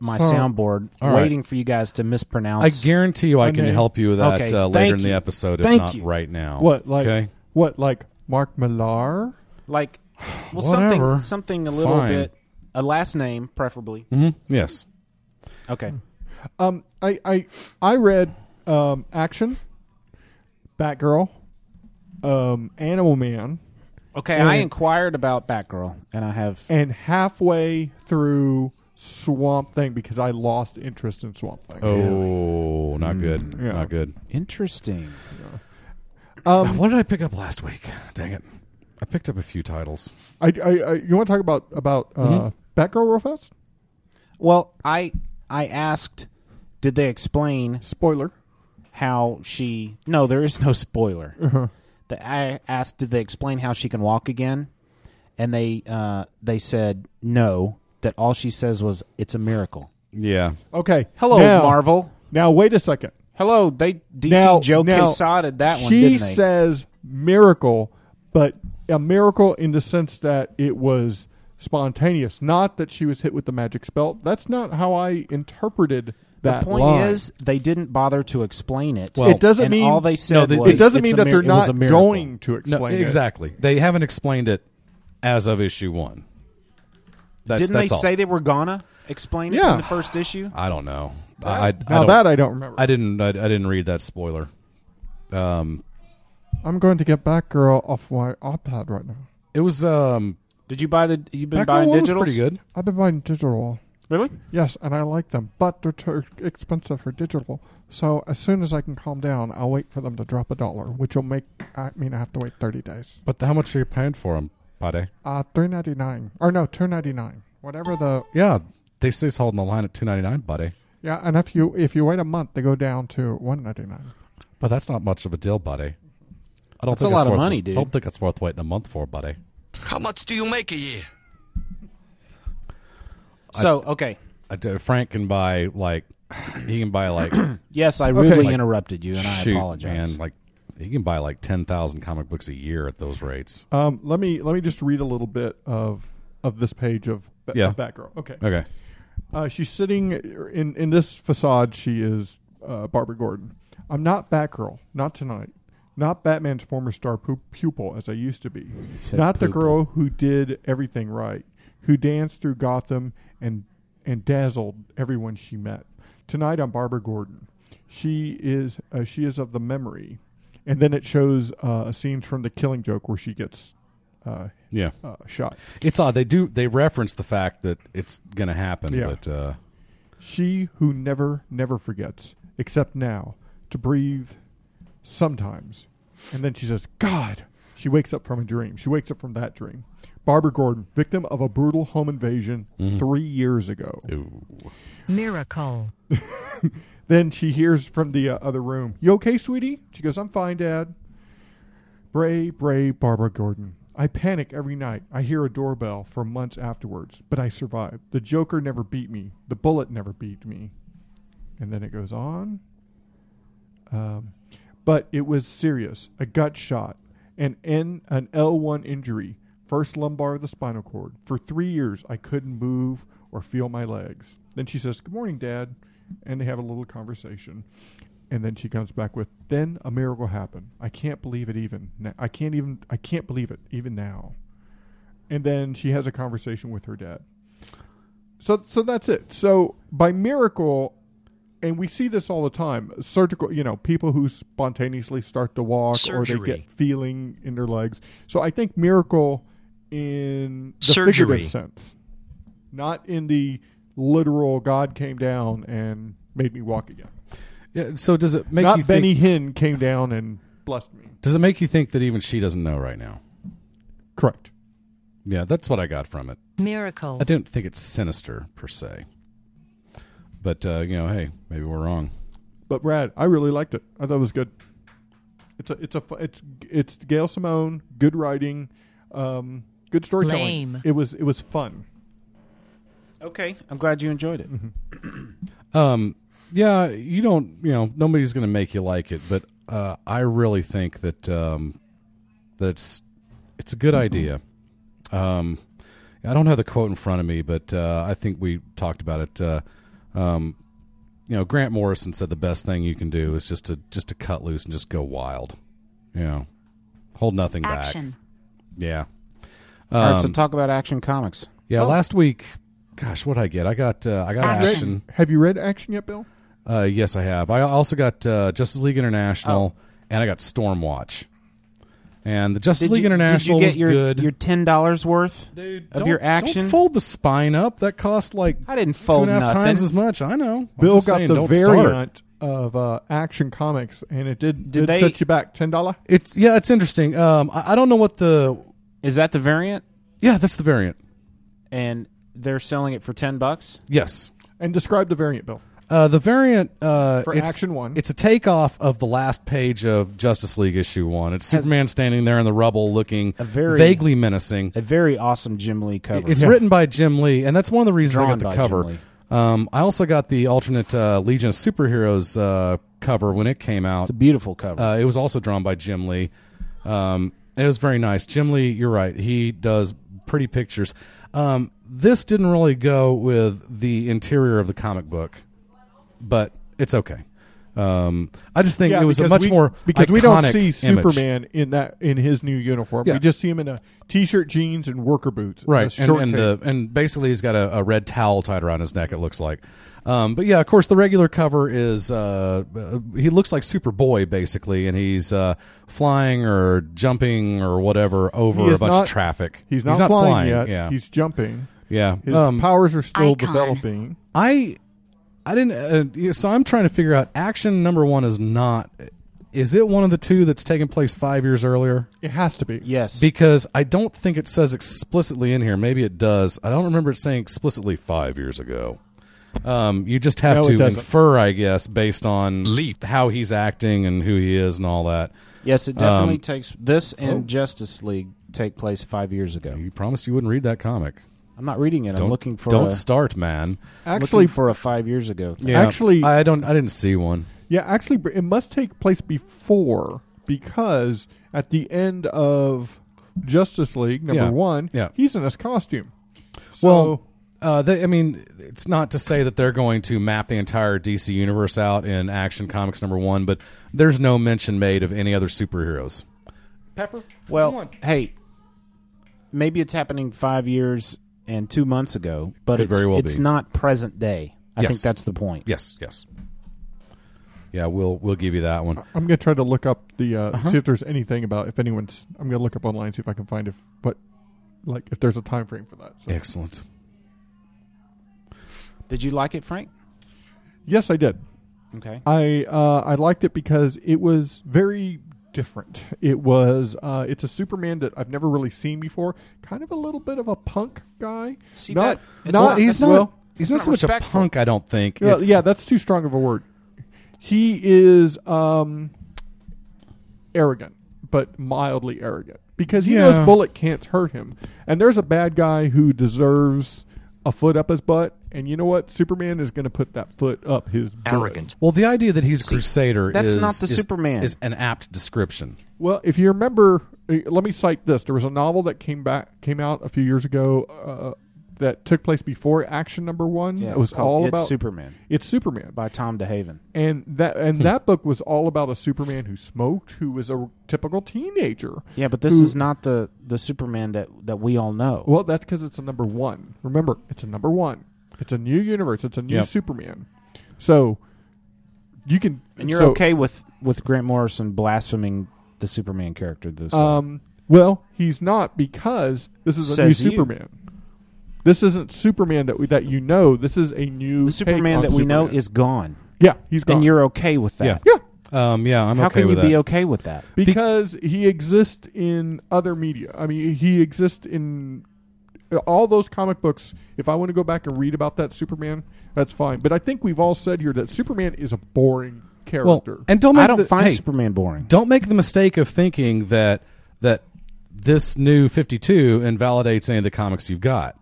Speaker 17: my so, soundboard, waiting right. for you guys to mispronounce.
Speaker 16: I guarantee you, I can help you with that okay, uh, later in the episode, if
Speaker 17: thank
Speaker 16: not
Speaker 17: you.
Speaker 16: right now.
Speaker 20: What like okay? what like Mark Millar?
Speaker 17: Like, well, something something a little Fine. bit a last name, preferably.
Speaker 20: Hmm?
Speaker 16: Mm-hmm. Yes.
Speaker 17: Okay.
Speaker 20: Um, I I I read um Action, Batgirl, um, Animal Man.
Speaker 17: Okay, I inquired about Batgirl, and I have
Speaker 20: and halfway through. Swamp Thing because I lost interest in Swamp Thing. Uh,
Speaker 16: Oh, really?
Speaker 20: Hmm,
Speaker 16: not good. Mm, yeah. Not good.
Speaker 17: Interesting. Yeah.
Speaker 16: Um, what did I pick up last week? Dang it! I picked up a few titles.
Speaker 20: I, I, I you want to talk about about uh, mm-hmm. Batgirl real fast?
Speaker 17: Well, I I asked, did they explain
Speaker 20: spoiler
Speaker 17: how she? No, there is no spoiler. Uh-huh. That I asked, did they explain how she can walk again? And they uh, they said no that all she says was it's a miracle.
Speaker 16: Yeah.
Speaker 20: Okay.
Speaker 17: Hello,
Speaker 20: now,
Speaker 17: Marvel.
Speaker 20: Now wait a second.
Speaker 17: Hello, they DC now, Joe now, Quesada that one.
Speaker 20: She
Speaker 17: didn't they?
Speaker 20: says miracle, but a miracle in the sense that it was spontaneous, not that she was hit with the magic spell. That's not how I interpreted. That
Speaker 17: the point
Speaker 20: line.
Speaker 17: is, they didn't bother to explain it.
Speaker 20: Well, it doesn't mean
Speaker 17: all they said. No,
Speaker 20: they,
Speaker 17: was,
Speaker 20: it doesn't mean that
Speaker 17: mir-
Speaker 20: they're not
Speaker 17: miracle.
Speaker 20: going to explain no,
Speaker 16: exactly.
Speaker 20: It.
Speaker 16: They haven't explained it as of issue one. That's,
Speaker 17: Didn't
Speaker 16: that's
Speaker 17: they
Speaker 16: all.
Speaker 17: say they were gonna explain it
Speaker 20: yeah.
Speaker 17: in the first issue?
Speaker 16: I don't know. I, I,
Speaker 20: now
Speaker 16: I
Speaker 20: that I don't remember.
Speaker 16: I didn't. I, I, didn't read that spoiler. Um,
Speaker 20: I'm going to get Batgirl off my iPad right now.
Speaker 16: It was. Um,
Speaker 17: Did you buy the? You been Batgirl buying digital?
Speaker 16: Pretty good.
Speaker 20: I've been buying digital.
Speaker 17: Really?
Speaker 20: Yes, and I like them, but they're too expensive for digital. So as soon as I can calm down, I'll wait for them to drop a dollar, which will make I mean I have to wait thirty days.
Speaker 16: But how much are you paying for them? Pade?
Speaker 20: Uh, three ninety nine or no, two ninety nine. Whatever the
Speaker 16: yeah, they stay's holding the line at two ninety nine, buddy.
Speaker 20: Yeah, and if you if you wait a month, they go down to one ninety nine.
Speaker 16: But that's not much of a deal, buddy. I don't
Speaker 17: that's
Speaker 16: think
Speaker 17: a lot
Speaker 16: it's
Speaker 17: of
Speaker 16: worth,
Speaker 17: money, dude.
Speaker 16: I don't think it's worth waiting a month for, buddy.
Speaker 23: How much do you make a year?
Speaker 16: I,
Speaker 17: so okay,
Speaker 16: I, I, Frank can buy like (sighs) he can buy like.
Speaker 17: yes, I rudely like, interrupted you, and I
Speaker 16: shoot,
Speaker 17: apologize.
Speaker 16: Man, like you can buy like ten thousand comic books a year at those rates.
Speaker 20: Um, let me let me just read a little bit of of this page of, ba-
Speaker 16: yeah.
Speaker 20: of Batgirl. Okay.
Speaker 16: Okay.
Speaker 20: Uh, she's sitting in in this facade. She is uh, Barbara Gordon. I'm not Batgirl. Not tonight. Not Batman's former star pu- pupil, as I used to be. Not the
Speaker 17: pupil.
Speaker 20: girl who did everything right, who danced through Gotham and and dazzled everyone she met. Tonight I'm Barbara Gordon. She is uh, she is of the memory, and then it shows uh, scenes from the Killing Joke where she gets uh,
Speaker 16: yeah
Speaker 20: uh, shot.
Speaker 16: It's odd they do they reference the fact that it's going to happen,
Speaker 20: Yeah.
Speaker 16: but uh,
Speaker 20: She who never, never forgets, except now, to breathe sometimes. And then she says, God. She wakes up from a dream. She wakes up from that dream. Barbara Gordon, victim of a brutal home invasion
Speaker 24: Mhm.
Speaker 20: three years ago.
Speaker 24: Miracle.
Speaker 20: Then she hears from the uh, other room, You okay, sweetie? She goes, I'm fine, Dad. Bray, Bray, Barbara Gordon. I panic every night. I hear a doorbell for months afterwards, but I survived. The Joker never beat me. The bullet never beat me. And then it goes on. Um, but it was serious a gut shot, an, N, an L1 injury, first lumbar of the spinal cord. For three years, I couldn't move or feel my legs. Then she says, Good morning, Dad. And they have a little conversation. And then she comes back with, Then a miracle happened. I can't believe it even. Now. I can't even, I can't believe it even now. And then she has a conversation with her dad. So, so that's it. So by miracle, and we see this all the time. Surgical, you know, people who spontaneously start to walk or they
Speaker 25: Surgery.
Speaker 20: get feeling in their legs. So I think miracle in the
Speaker 25: Surgery.
Speaker 20: figurative sense, not in the literal God came down and made me walk again.
Speaker 16: Yeah, so does it make
Speaker 20: not
Speaker 16: you
Speaker 20: Benny
Speaker 16: think,
Speaker 20: Hinn came down and blessed me?
Speaker 16: does it make you think that even she doesn't know right now?
Speaker 20: Correct.
Speaker 16: Yeah, that's what I got from it.
Speaker 24: Miracle.
Speaker 16: I don't think it's sinister per se. But uh, you know, hey, maybe we're wrong.
Speaker 20: But Brad, I really liked it. I thought it was good. It's a it's a fu- it's it's Gail Simone. Good writing, um, good storytelling.
Speaker 17: Lame.
Speaker 20: It was it was fun.
Speaker 17: Okay, I'm glad you enjoyed it.
Speaker 16: Mm-hmm. Um, yeah, you don't, you know, nobody's going to make you like it, but uh, I really think that um, that it's it's a good idea. Um, I don't have the quote in front of me, but uh, I think we talked about it. Uh, um, you know, Grant Morrison said the best thing you can do is just to just to cut loose and just go wild. You know, hold nothing
Speaker 17: Action.
Speaker 16: back. Yeah.
Speaker 17: All right, so
Speaker 16: Um,
Speaker 17: talk about Action Comics.
Speaker 16: yeah, last week, gosh, what I get? I got uh, I got
Speaker 20: Have you read-
Speaker 16: action.
Speaker 20: Have you read Action yet, Bill?
Speaker 16: Uh, yes, I have. I also got uh, Justice League
Speaker 20: Oh.
Speaker 16: International, and I got Stormwatch. And the Justice
Speaker 17: Did
Speaker 16: League
Speaker 17: you-
Speaker 16: International
Speaker 17: did you get
Speaker 16: was
Speaker 17: your,
Speaker 16: good.
Speaker 17: Your ten dollars worth of
Speaker 16: Don't-
Speaker 17: your action.
Speaker 16: Don't fold the spine up. That cost like
Speaker 17: I didn't
Speaker 16: two
Speaker 17: fold
Speaker 16: and a half
Speaker 17: nothing.
Speaker 16: times as much. I know. I'm
Speaker 20: Bill
Speaker 16: just
Speaker 20: got
Speaker 16: saying,
Speaker 20: the
Speaker 16: don't start.
Speaker 20: variant of uh, Action Comics, and it did
Speaker 16: Did
Speaker 20: did,
Speaker 16: they-
Speaker 20: set you back ten dollar.
Speaker 16: It's yeah, it's interesting. Um, I, I don't know what the
Speaker 17: is that the variant.
Speaker 16: Yeah, that's the variant.
Speaker 17: and they're selling it for ten bucks.
Speaker 16: Yes.
Speaker 20: And describe the variant, Bill.
Speaker 16: Uh, the variant uh,
Speaker 20: For
Speaker 16: it's-
Speaker 20: Action One.
Speaker 16: It's a takeoff of the last page of Justice League issue one. It's Superman standing there in the rubble, looking
Speaker 17: very-
Speaker 16: vaguely menacing.
Speaker 17: A very awesome Jim Lee cover.
Speaker 16: It's written by Jim Lee, and that's one of the reasons I
Speaker 17: Drawn
Speaker 16: got the
Speaker 17: by Jim
Speaker 16: cover.
Speaker 17: Lee.
Speaker 16: Um, I also got the alternate uh, Legion of Superheroes uh, cover when it came out. It's a
Speaker 17: beautiful cover.
Speaker 16: Uh, it was also drawn by Jim Lee. Um, it was very nice. Jim Lee, you're right. He does pretty pictures. Um, this didn't really go with the interior of the comic book, but it's okay. Um, I just think
Speaker 20: Yeah,
Speaker 16: it was a
Speaker 20: because
Speaker 16: much
Speaker 20: we-
Speaker 16: more
Speaker 20: because we don't
Speaker 16: iconic
Speaker 20: see
Speaker 16: image.
Speaker 20: Superman in that in his new uniform.
Speaker 16: Yeah.
Speaker 20: We just see him in a t-shirt, jeans, and worker boots. and a
Speaker 16: right and,
Speaker 20: short
Speaker 16: and
Speaker 20: cape.
Speaker 16: the and basically he's got a, a red towel tied around his neck it looks like um, but yeah of course the regular cover is uh, uh, he looks like superboy basically and he's uh, flying or jumping or whatever
Speaker 20: He
Speaker 16: over
Speaker 20: is
Speaker 16: a bunch
Speaker 20: not-
Speaker 16: of traffic
Speaker 20: He's not, flying, yet.
Speaker 16: yeah
Speaker 20: He's jumping.
Speaker 16: yeah
Speaker 20: His
Speaker 16: Um,
Speaker 20: powers are still developing.
Speaker 16: i i didn't uh, yeah, so i'm trying to figure out action number one is not is it one of the two that's taking place five years earlier
Speaker 20: It has to be.
Speaker 17: Yes.
Speaker 16: because I don't think it says explicitly in here. Maybe it does. I don't remember it saying explicitly five years ago. Um, you just have
Speaker 17: No, it
Speaker 16: to
Speaker 17: doesn't.
Speaker 16: infer, I guess, based on how he's acting and who he is and all that.
Speaker 17: Yes, it definitely
Speaker 16: Um,
Speaker 17: takes this and
Speaker 16: oh.
Speaker 17: Justice League take place five years ago.
Speaker 16: You promised you wouldn't read that comic.
Speaker 17: I'm not reading it.
Speaker 16: Don't-
Speaker 17: I'm looking for.
Speaker 16: Don't
Speaker 17: a,
Speaker 16: start, man.
Speaker 17: actually for a five years ago. thing.
Speaker 16: Yeah.
Speaker 20: Actually-
Speaker 16: I don't. I didn't see one.
Speaker 20: Yeah, actually, it must take place before because at the end of Justice League number
Speaker 16: Yeah.
Speaker 20: one,
Speaker 16: Yeah.
Speaker 20: he's in his costume.
Speaker 16: Well, uh, they, I mean, it's not to say that they're going to map the entire DC universe out in Action Comics number one, but there's no mention made of any other superheroes.
Speaker 20: Pepper. come
Speaker 17: Well,
Speaker 20: on.
Speaker 17: hey, maybe it's happening five years and two months ago, but
Speaker 16: Could
Speaker 17: it's,
Speaker 16: very well
Speaker 17: it's
Speaker 16: be.
Speaker 17: not present day. I
Speaker 16: Yes.
Speaker 17: think that's the point.
Speaker 16: Yes, yes. Yeah, we'll we'll give you that one.
Speaker 13: I'm gonna try to look up the uh, see if there's anything about if anyone's. I'm gonna look up online see if I can find if but like if there's a time frame for that.
Speaker 16: So. Excellent.
Speaker 17: Did you like it, Frank?
Speaker 13: Yes, I did.
Speaker 17: Okay.
Speaker 13: I uh, I liked it because it was very different. It was uh, it's a Superman that I've never really seen before. Kind of a little bit of a punk guy.
Speaker 17: See
Speaker 13: not
Speaker 17: that?
Speaker 13: not
Speaker 17: Well,
Speaker 16: he's
Speaker 13: as well-
Speaker 16: not. He's not so much a punk. I don't think.
Speaker 13: Yeah,
Speaker 16: It's-
Speaker 13: yeah, that's too strong of a word. He is um, arrogant, but mildly arrogant because he
Speaker 16: Yeah.
Speaker 13: knows Bullet can't hurt him. And there's a bad guy who deserves a foot up his butt. And you know what? Superman is going to put that foot up his butt.
Speaker 16: Well, the idea that he's a crusader
Speaker 13: that's
Speaker 16: is
Speaker 13: not the
Speaker 16: is-
Speaker 13: Superman.
Speaker 16: is an apt description.
Speaker 13: Well, if you remember, uh, let me cite this. There was a novel that came back came out a few years ago uh, that took place before Action Number One.
Speaker 17: Yeah,
Speaker 13: it was
Speaker 17: it's called
Speaker 13: all
Speaker 17: It's
Speaker 13: about
Speaker 17: Superman.
Speaker 13: It's Superman
Speaker 17: by Tom DeHaven.
Speaker 13: and that
Speaker 17: Hmm.
Speaker 13: and that book was all about a Superman who smoked, who was a typical teenager.
Speaker 17: Yeah, but this
Speaker 13: who-
Speaker 17: is not the the Superman that that we all know.
Speaker 13: Well, that's because it's a number one. Remember, it's a number one. It's a new universe. It's a new
Speaker 17: Yep.
Speaker 13: Superman. So you can
Speaker 17: And you're
Speaker 13: so-
Speaker 17: okay with with Grant Morrison blaspheming the Superman character this way.
Speaker 13: Um, well, he's not because this is a
Speaker 17: Says
Speaker 13: new
Speaker 17: you.
Speaker 13: Superman. This isn't Superman that we, that you know. This is a new
Speaker 17: The
Speaker 13: take
Speaker 17: Superman
Speaker 13: on
Speaker 17: that we know
Speaker 13: Superman.
Speaker 17: is gone.
Speaker 13: Yeah, he's gone.
Speaker 17: And you're okay with that.
Speaker 13: Yeah.
Speaker 16: Um, yeah, I'm
Speaker 17: How
Speaker 16: okay
Speaker 17: can
Speaker 16: with
Speaker 17: you be
Speaker 16: that.
Speaker 17: okay with that?
Speaker 13: because he exists in other media. I mean, he exists in uh, all those comic books. If I want to go back and read about that Superman, that's fine. But I think we've all said here that Superman is a boring character.
Speaker 16: Well, and don't make the- hey,
Speaker 17: boring.
Speaker 16: Don't make the mistake of thinking that that this new 52 invalidates any of the comics you've got.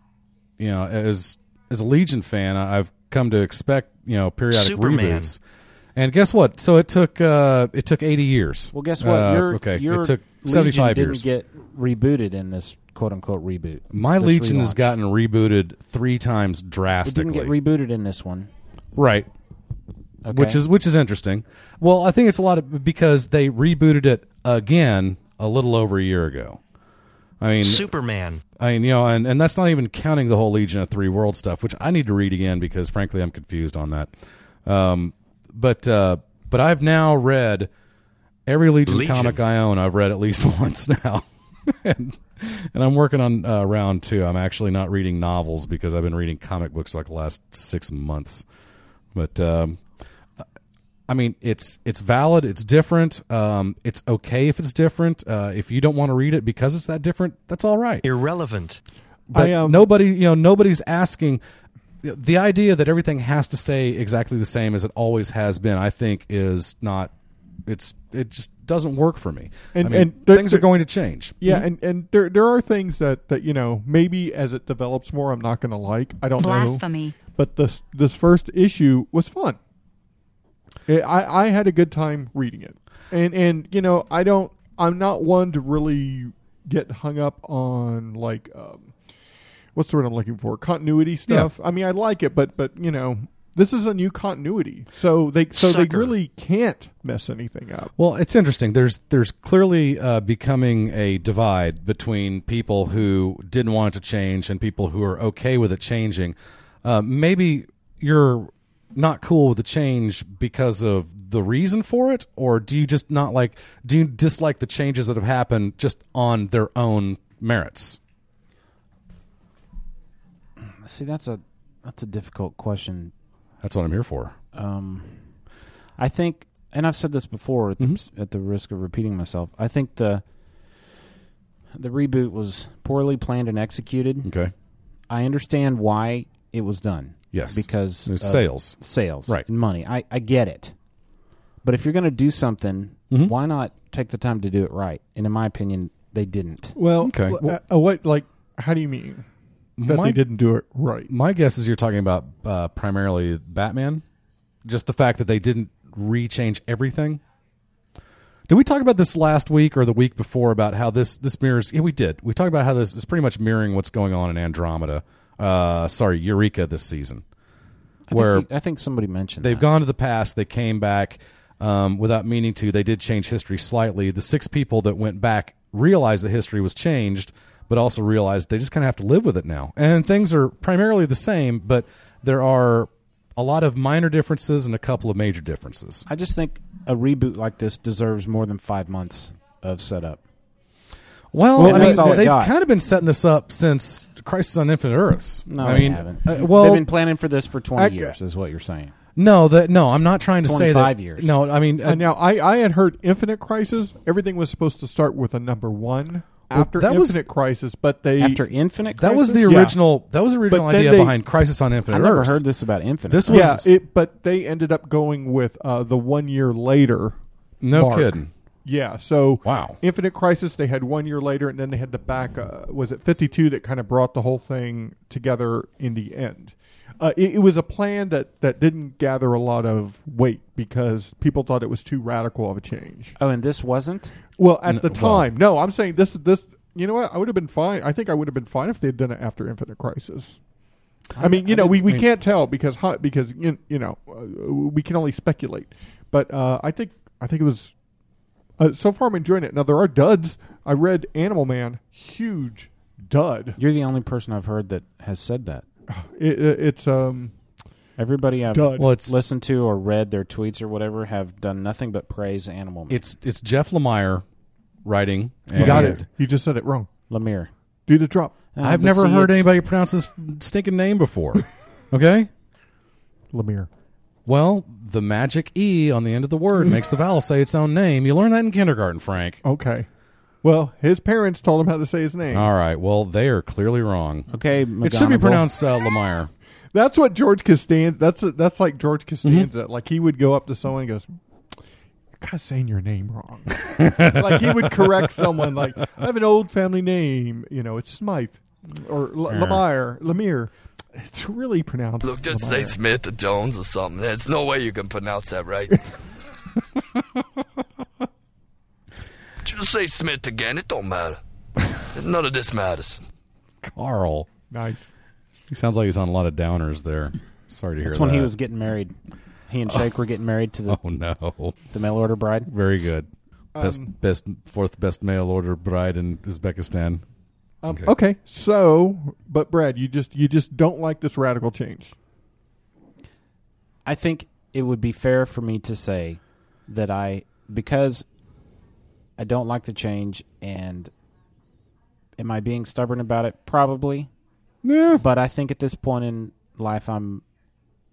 Speaker 16: You know, as as a Legion fan, I- I've come to expect you know periodic
Speaker 17: Superman.
Speaker 16: reboots. And guess what? So it took uh, it took 80 years.
Speaker 17: Well, guess what?
Speaker 16: Uh,
Speaker 17: your
Speaker 16: okay,
Speaker 17: your
Speaker 16: it took
Speaker 17: Legion
Speaker 16: 75
Speaker 17: didn't
Speaker 16: years.
Speaker 17: get rebooted in this quote unquote reboot.
Speaker 16: My
Speaker 17: This
Speaker 16: Legion
Speaker 17: relaunch.
Speaker 16: has gotten rebooted three times
Speaker 17: It didn't
Speaker 16: drastically.
Speaker 17: get rebooted in this one.
Speaker 16: Right.
Speaker 17: Okay.
Speaker 16: Which is which is interesting. Well, I think it's a lot of because they rebooted it again a little over a year ago. I mean
Speaker 9: Superman.
Speaker 16: I mean, you know, and, and that's not even counting the whole Legion of Three World stuff, which I need to read again because frankly I'm confused on that. Um but uh but I've now read every Legion,
Speaker 9: Legion.
Speaker 16: comic I own, I've read at least (laughs) once now. and, and I'm working on uh, round two. I'm actually not reading novels because I've been reading comic books like the last six months. But um, I mean, it's it's valid. It's different. Um, it's okay if it's different. Uh, if you don't want to read it because it's that different, that's all right.
Speaker 9: Irrelevant.
Speaker 16: But nobody, you know, nobody's asking. the- The idea that everything has to stay exactly the same as it always has been, I think, is not. It's it just doesn't work for me. I mean,
Speaker 13: there-
Speaker 16: things are
Speaker 13: there-
Speaker 16: going to change.
Speaker 13: Yeah, and, and there there are things that, that you know maybe as it develops more, I'm not going to like. I don't
Speaker 26: Blasphemy.
Speaker 13: know. But this this first issue was fun. It, I I had a good time reading it, and and you know I don't I'm not one to really get hung up on like um, what's the word I'm looking for continuity stuff. I mean I like it, but but you know this is a new continuity, so they so they
Speaker 16: Sucker.
Speaker 13: really can't mess anything up.
Speaker 16: Well, it's interesting. There's there's clearly uh, becoming a divide between people who didn't want it to change and people who are okay with it changing. Uh, maybe you're not cool with the change because of the reason for it, or do you just not like? Do you dislike the changes that have happened just on their own merits?
Speaker 17: See, that's a that's a difficult question.
Speaker 16: That's what I'm here for.
Speaker 17: Um, I think, and I've said this before at
Speaker 16: Mm-hmm.
Speaker 17: the, at the risk of repeating myself. I think the the reboot was poorly planned and executed.
Speaker 16: Okay,
Speaker 17: I understand why it was done.
Speaker 16: Yes.
Speaker 17: because uh,
Speaker 16: There's
Speaker 17: of
Speaker 16: sales.
Speaker 17: sales,
Speaker 16: Right.
Speaker 17: and money. I I get it, but if you're going to do something,
Speaker 16: Mm-hmm.
Speaker 17: why not take the time to do it right? And in my opinion, they didn't.
Speaker 13: Well, uh, uh, what like how do you mean that they didn't do it right?
Speaker 16: My guess is you're talking about uh, primarily Batman, just the fact that they didn't rechange everything. Did we talk about this last week or the week before about how this this mirrors? Yeah, we did. We talked about how this is pretty much mirroring what's going on in Andromeda. Uh, sorry, Eureka this season,
Speaker 17: I
Speaker 16: where
Speaker 17: think you- I think somebody mentioned
Speaker 16: they've gone to the past. They came back um, without meaning to. They did change history slightly. The six people that went back realized that history was changed, but also realized they just kind of have to live with it now. And things are primarily the same, but there are a lot of minor differences and a couple of major differences.
Speaker 17: I just think a reboot like this deserves more than five months of setup.
Speaker 16: Well, well I mean, they've kind of been setting this up since Crisis on Infinite Earths.
Speaker 17: No,
Speaker 16: I
Speaker 17: they
Speaker 16: mean,
Speaker 17: haven't.
Speaker 16: uh, well,
Speaker 17: they've been planning for this for twenty
Speaker 16: I-
Speaker 17: years, is what you're saying.
Speaker 16: no, that no, I'm not trying to say that.
Speaker 17: 25 years.
Speaker 16: No, I mean, uh,
Speaker 13: And now I, I had heard Infinite Crisis. Everything was supposed to start with a number one after
Speaker 16: that was-
Speaker 13: Infinite Crisis, but they
Speaker 17: After Infinite,
Speaker 16: that was the
Speaker 13: Yeah.
Speaker 16: original. That was the
Speaker 13: But
Speaker 16: original
Speaker 13: then
Speaker 16: idea
Speaker 13: they-
Speaker 16: behind Crisis on Infinite
Speaker 17: I
Speaker 16: Earths.
Speaker 17: never heard this about Infinite.
Speaker 16: This was
Speaker 13: yeah, it, but they ended up going with uh, the one year later.
Speaker 16: No
Speaker 13: mark.
Speaker 16: kidding.
Speaker 13: Yeah. So
Speaker 16: Wow.
Speaker 13: Infinite Crisis they had one year later, and then they had the back. Uh, was it fifty two that kind of brought the whole thing together in the end? Uh, it, it was a plan that that didn't gather a lot of weight because people thought it was too radical of a change.
Speaker 17: Oh, and this wasn't.
Speaker 13: Well, at
Speaker 17: N-
Speaker 13: the
Speaker 17: well-
Speaker 13: time, no. I'm saying this. This. You know what? I would have been fine. I think I would have been fine if they had done it after Infinite Crisis. I,
Speaker 17: I-
Speaker 13: mean, you
Speaker 17: I
Speaker 13: know, we,
Speaker 17: didn't-
Speaker 13: we
Speaker 17: I mean-
Speaker 13: can't tell because hot because you, you know uh, we can only speculate. But uh, I think I think it was uh, so far I'm enjoying it. Now there are duds. I read Animal Man, huge dud.
Speaker 17: You're the only person I've heard that has said that.
Speaker 13: It, it, it's um
Speaker 17: Everybody I've
Speaker 13: Dud. Well,
Speaker 17: listened to or read their tweets or whatever have done nothing but praise Animal Man.
Speaker 16: It's it's Jeff Lemire writing.
Speaker 13: you got it. You just said it wrong.
Speaker 17: Lemire.
Speaker 13: Do the drop.
Speaker 17: Uh,
Speaker 16: I've
Speaker 17: but
Speaker 16: never
Speaker 17: see,
Speaker 16: heard
Speaker 17: it's-
Speaker 16: anybody pronounce his stinking name (laughs) before. Okay.
Speaker 13: Lemire.
Speaker 16: Well, the magic E on the end of the word makes the vowel say its own name. You learn that in kindergarten, Frank.
Speaker 13: Okay. Well, his parents told him how to say his name.
Speaker 16: All right. Well, they are clearly wrong.
Speaker 17: Okay,
Speaker 16: It should be
Speaker 17: McGonagall.
Speaker 16: pronounced uh, Lemire.
Speaker 13: That's what George Costanza. That's that's like George Costanza. Like he would go up to someone and goes, "You're kind of saying your name wrong." (laughs) like he would correct someone. Like I have an old family name. You know, it's Smythe or L-
Speaker 5: Yeah.
Speaker 13: Lemire. Lemire. It's really pronounced.
Speaker 5: Look, just say
Speaker 13: Lemire.
Speaker 5: Smith or Jones or something. There's no way you can pronounce that
Speaker 19: (laughs)
Speaker 5: right. just say Smith again. It don't matter. None of this matters.
Speaker 16: (laughs) Carl.
Speaker 13: Nice.
Speaker 16: He sounds like he's on a lot of downers there. Sorry to hear
Speaker 17: That's
Speaker 16: that.
Speaker 17: when he was getting married. He and Shake were getting married to the
Speaker 16: (laughs) Oh no.
Speaker 17: the mail order bride.
Speaker 16: Very good. Best,
Speaker 13: Um,
Speaker 16: best, fourth best mail order bride in Uzbekistan.
Speaker 13: Um, okay. So, but Brad, you just you just don't like this radical change.
Speaker 17: I think it would be fair for me to say that I because I don't like the change and am I being stubborn about it? Probably.
Speaker 13: Yeah.
Speaker 17: But I think at this point in life I'm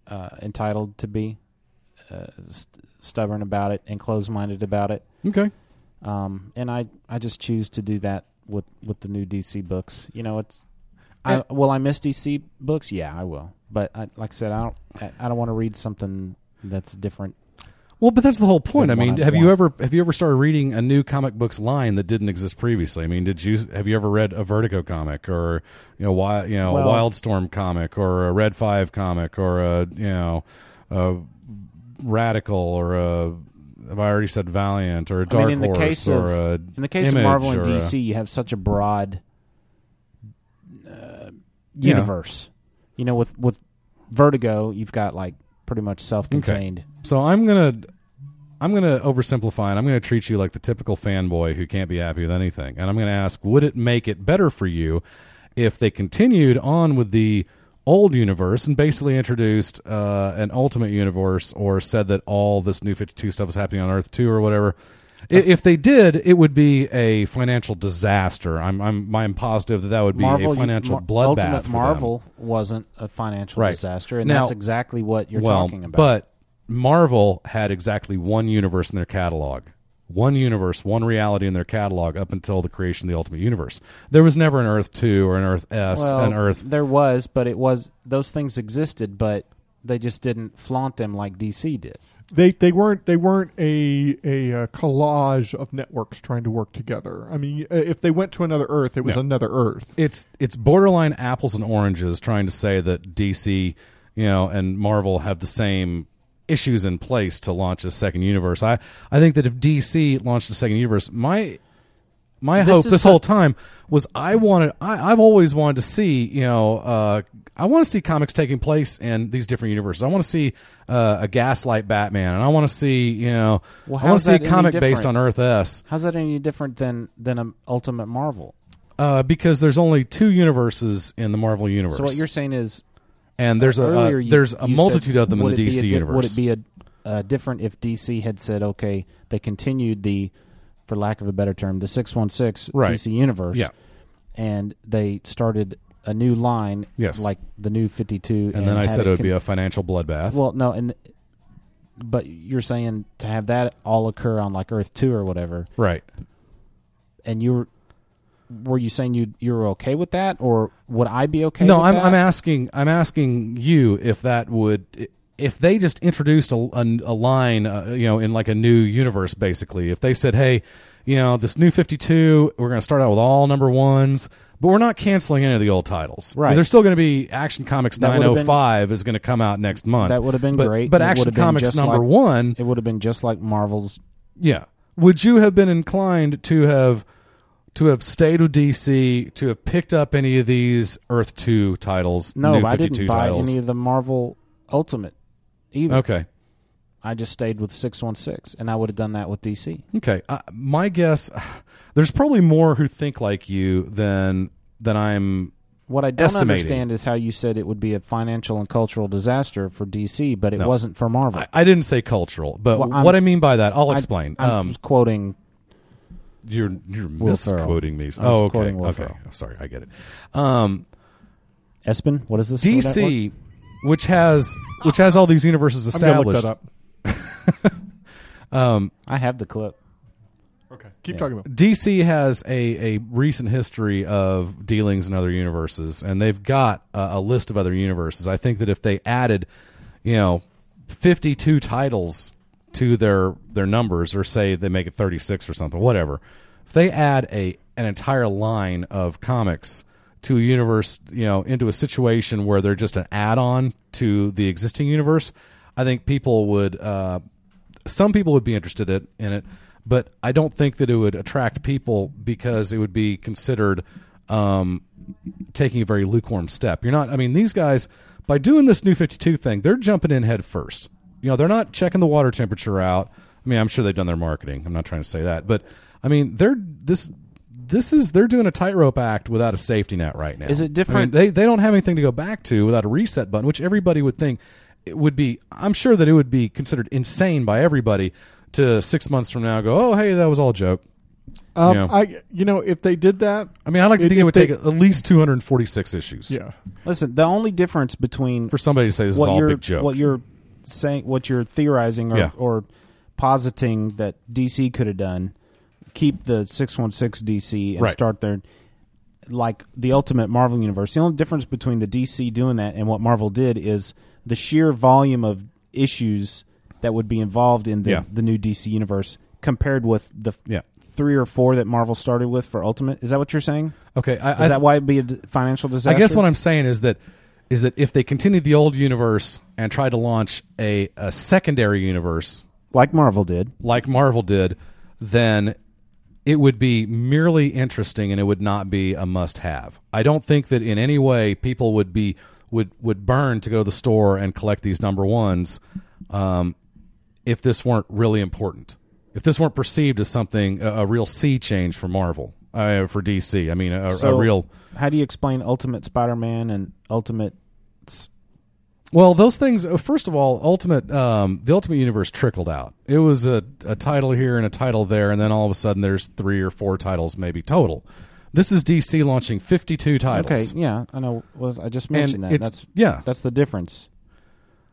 Speaker 17: uh, entitled to be uh, st- stubborn about it and closed-minded about it.
Speaker 13: Okay.
Speaker 17: Um, and I, I just choose to do that with, with the new DC books. You know, it's I,
Speaker 16: And-
Speaker 17: will I miss DC books? Yeah, I will. But I, like I said, I don't I, I don't want to read something that's different.
Speaker 16: Well, but that's the whole point. I
Speaker 17: Then
Speaker 16: mean,
Speaker 17: one I'd
Speaker 16: have
Speaker 17: want.
Speaker 16: you ever have you ever started reading a new comic books line that didn't exist previously? I mean, did you have you ever read a Vertigo comic or you know, wild, you know,
Speaker 17: Well-
Speaker 16: a Wildstorm comic or a Red Five comic or a you know, a Radical or a have I already said Valiant or a Dark
Speaker 17: I mean, in the
Speaker 16: Horse
Speaker 17: case
Speaker 16: or
Speaker 17: of
Speaker 16: a
Speaker 17: in the case of
Speaker 16: Image
Speaker 17: Marvel and
Speaker 16: or a-
Speaker 17: DC, you have such a broad uh,
Speaker 16: Yeah.
Speaker 17: universe. You know, with with Vertigo, you've got like pretty much self-contained.
Speaker 16: So I'm gonna I'm gonna oversimplify and I'm gonna treat you like the typical fanboy who can't be happy with anything. And I'm gonna ask, would it make it better for you if they continued on with the old universe and basically introduced uh, an ultimate universe or said that all this new 52 stuff is happening on earth 2 or whatever I- if they did it would be a financial disaster i'm i'm, I'm positive that that would be
Speaker 17: Marvel,
Speaker 16: a financial
Speaker 17: Mar-
Speaker 16: bloodbath
Speaker 17: Ultimate
Speaker 16: for them.
Speaker 17: Marvel wasn't a financial disaster, and
Speaker 16: Now-
Speaker 17: that's exactly what you're
Speaker 16: well,
Speaker 17: talking about.
Speaker 16: But Marvel had exactly one universe in their catalog. One universe, one reality in their catalog up until the creation of the Ultimate Universe. There was never an Earth 2 or an Earth S,
Speaker 17: well,
Speaker 16: an Earth.
Speaker 17: There was, but it was those things existed, but they just didn't flaunt them like DC did.
Speaker 13: They they weren't they weren't a a uh, collage of networks trying to work together. I mean, uh, if they went to another Earth, it was
Speaker 16: No.
Speaker 13: another Earth.
Speaker 16: It's it's borderline apples and oranges trying to say that DC, you know, and Marvel have the same issues in place to launch a second universe. I I think that if DC launched a second universe, my my
Speaker 9: This
Speaker 16: hope
Speaker 9: is
Speaker 16: this
Speaker 9: so-
Speaker 16: whole time was I wanted I, I've always wanted to see you know uh, I want to see comics taking place in these different universes. I want to see uh, a Gaslight Batman, and I want to see you know
Speaker 17: Well,
Speaker 16: I want
Speaker 17: how's
Speaker 16: to see a
Speaker 17: that any
Speaker 16: comic based on
Speaker 17: different?
Speaker 16: Earth S
Speaker 17: How's that any different than than an Ultimate Marvel?
Speaker 16: uh, because there's only two universes in the Marvel universe.
Speaker 17: So what you're saying is
Speaker 16: And there's a uh,
Speaker 17: Earlier, you-
Speaker 16: there's a
Speaker 17: you
Speaker 16: multitude
Speaker 17: said,
Speaker 16: of them in
Speaker 17: would
Speaker 16: the
Speaker 17: it be
Speaker 16: DC
Speaker 17: a di-
Speaker 16: universe.
Speaker 17: Would it be a, uh, different if DC had said, okay, they continued the, for lack of a better term, the 616
Speaker 16: Right.
Speaker 17: DC universe,
Speaker 16: Yeah.
Speaker 17: and they started a new line,
Speaker 16: Yes.
Speaker 17: like the new 52.
Speaker 16: and, then I
Speaker 17: had
Speaker 16: said it would
Speaker 17: con-
Speaker 16: be a financial bloodbath.
Speaker 17: (laughs) Well, no, and but you're saying to have that all occur on like Earth Two or whatever,
Speaker 16: Right.
Speaker 17: And you were were you saying you you were okay with that, or would I be okay?
Speaker 16: no,
Speaker 17: with
Speaker 16: I'm
Speaker 17: that?
Speaker 16: I'm asking I'm asking you if that would if they just introduced a, a, a line, uh, you know, in like a new universe, basically. If they said, hey, you know, this new 52, we're going to start out with all number ones, but we're not canceling any of the old titles. I mean,
Speaker 17: Right.
Speaker 16: there's still going to be Action Comics
Speaker 17: That would've been-
Speaker 16: 905 is going to come out next month.
Speaker 17: That would have been
Speaker 16: But-
Speaker 17: great.
Speaker 16: But
Speaker 17: and it would
Speaker 16: Action
Speaker 17: have been
Speaker 16: Comics
Speaker 17: just
Speaker 16: number
Speaker 17: like-
Speaker 16: one.
Speaker 17: It would have been just like Marvel's.
Speaker 16: Yeah. Would you have been inclined to have to have stayed with DC to have picked up any of these Earth Two titles?
Speaker 17: No,
Speaker 16: new
Speaker 17: but I
Speaker 16: 52
Speaker 17: didn't buy
Speaker 16: titles?
Speaker 17: any of the Marvel Ultimate either.
Speaker 16: Okay.
Speaker 17: I just stayed with six one six, and I would have done that with DC.
Speaker 16: Okay, uh, my guess, (sighs) there's probably more who think like you than than I'm.
Speaker 17: What I don't
Speaker 16: estimating.
Speaker 17: understand is how you said it would be a financial and cultural disaster for DC, but it
Speaker 16: No.
Speaker 17: wasn't for Marvel.
Speaker 16: I, I didn't say cultural, but
Speaker 17: Well, I'm-
Speaker 16: what I mean by that, I'll
Speaker 17: I-
Speaker 16: explain.
Speaker 17: I'm
Speaker 16: um,
Speaker 17: just quoting.
Speaker 16: You're you're
Speaker 17: Will Ferrell.
Speaker 16: misquoting me.
Speaker 17: I was
Speaker 16: Oh, okay,
Speaker 17: quoting Will
Speaker 16: okay.
Speaker 17: Ferrell.
Speaker 16: I'm sorry, I get it. Um,
Speaker 17: Espen, what is this? for
Speaker 16: DC, which has which has all these universes
Speaker 13: I'm gonna look
Speaker 16: established.
Speaker 13: that up.
Speaker 16: um,
Speaker 17: I have the clip.
Speaker 13: Okay, keep
Speaker 17: Yeah.
Speaker 13: talking about.
Speaker 16: DC has a, a recent history of dealings in other universes, and they've got a, a list of other universes. I think that if they added, you know, fifty two titles to their their numbers, or say they make it thirty six or something, whatever, if they add a an entire line of comics to a universe, you know, into a situation where they're just an add on to the existing universe, I think people would. Uh, some people would be interested it- in it, but I don't think that it would attract people because it would be considered um, taking a very lukewarm step. You're not. I mean, these guys by doing this new 52 thing, they're jumping in head first. You know, they're not checking the water temperature out. I mean, I'm sure they've done their marketing. I'm not trying to say that, but I mean, they're this. This is they're doing a tightrope act without a safety net right now.
Speaker 17: Is it
Speaker 16: I mean,
Speaker 17: different-
Speaker 16: they they don't have anything to go back to without a reset button, which everybody would think it would be. I'm sure that it would be considered insane by everybody to six months from now go, oh hey, that was all a joke.
Speaker 13: Um,
Speaker 16: You know?
Speaker 13: I you know if they did that,
Speaker 16: I mean, I like to
Speaker 13: if-
Speaker 16: think
Speaker 13: if
Speaker 16: it would
Speaker 13: they-
Speaker 16: take at least 246 issues.
Speaker 13: Yeah.
Speaker 17: Listen, the only difference between
Speaker 16: for somebody to say this is
Speaker 17: what
Speaker 16: all a
Speaker 17: you're
Speaker 16: big joke.
Speaker 17: what you're saying, what you're theorizing or,
Speaker 16: Yeah.
Speaker 17: or positing that DC could have done, keep the six one six DC and
Speaker 16: Right.
Speaker 17: start their like the ultimate Marvel universe. The only difference between the DC doing that and what Marvel did is the sheer volume of issues that would be involved in the,
Speaker 16: Yeah.
Speaker 17: the new DC universe compared with the
Speaker 16: Yeah.
Speaker 17: three or four that Marvel started with for Ultimate. Is that what you're saying?
Speaker 16: Okay, Uh, I-
Speaker 17: is
Speaker 16: I-
Speaker 17: that why it'd be a d- financial disaster?
Speaker 16: I guess what I'm saying is that is that if they continue the old universe and try to launch a, a secondary universe
Speaker 17: like Marvel did,
Speaker 16: like Marvel did, then it would be merely interesting and it would not be a must-have. I don't think that in any way people would be would would burn to go to the store and collect these number ones um, if this weren't really important. If this weren't perceived as something a, a real sea change for Marvel, uh, for DC. I mean, a, a
Speaker 17: So,
Speaker 16: real
Speaker 17: How do you explain Ultimate Spider-Man and Ultimate?
Speaker 16: Well, those things. uh, First of all, ultimate um, the ultimate universe trickled out. It was a, a title here and a title there, and then all of a sudden there's three or four titles maybe total. This is DC launching 52 titles.
Speaker 17: Okay, yeah, I know. Was I just mentioned that?
Speaker 16: it's-
Speaker 17: That's
Speaker 16: yeah.
Speaker 17: that's the difference.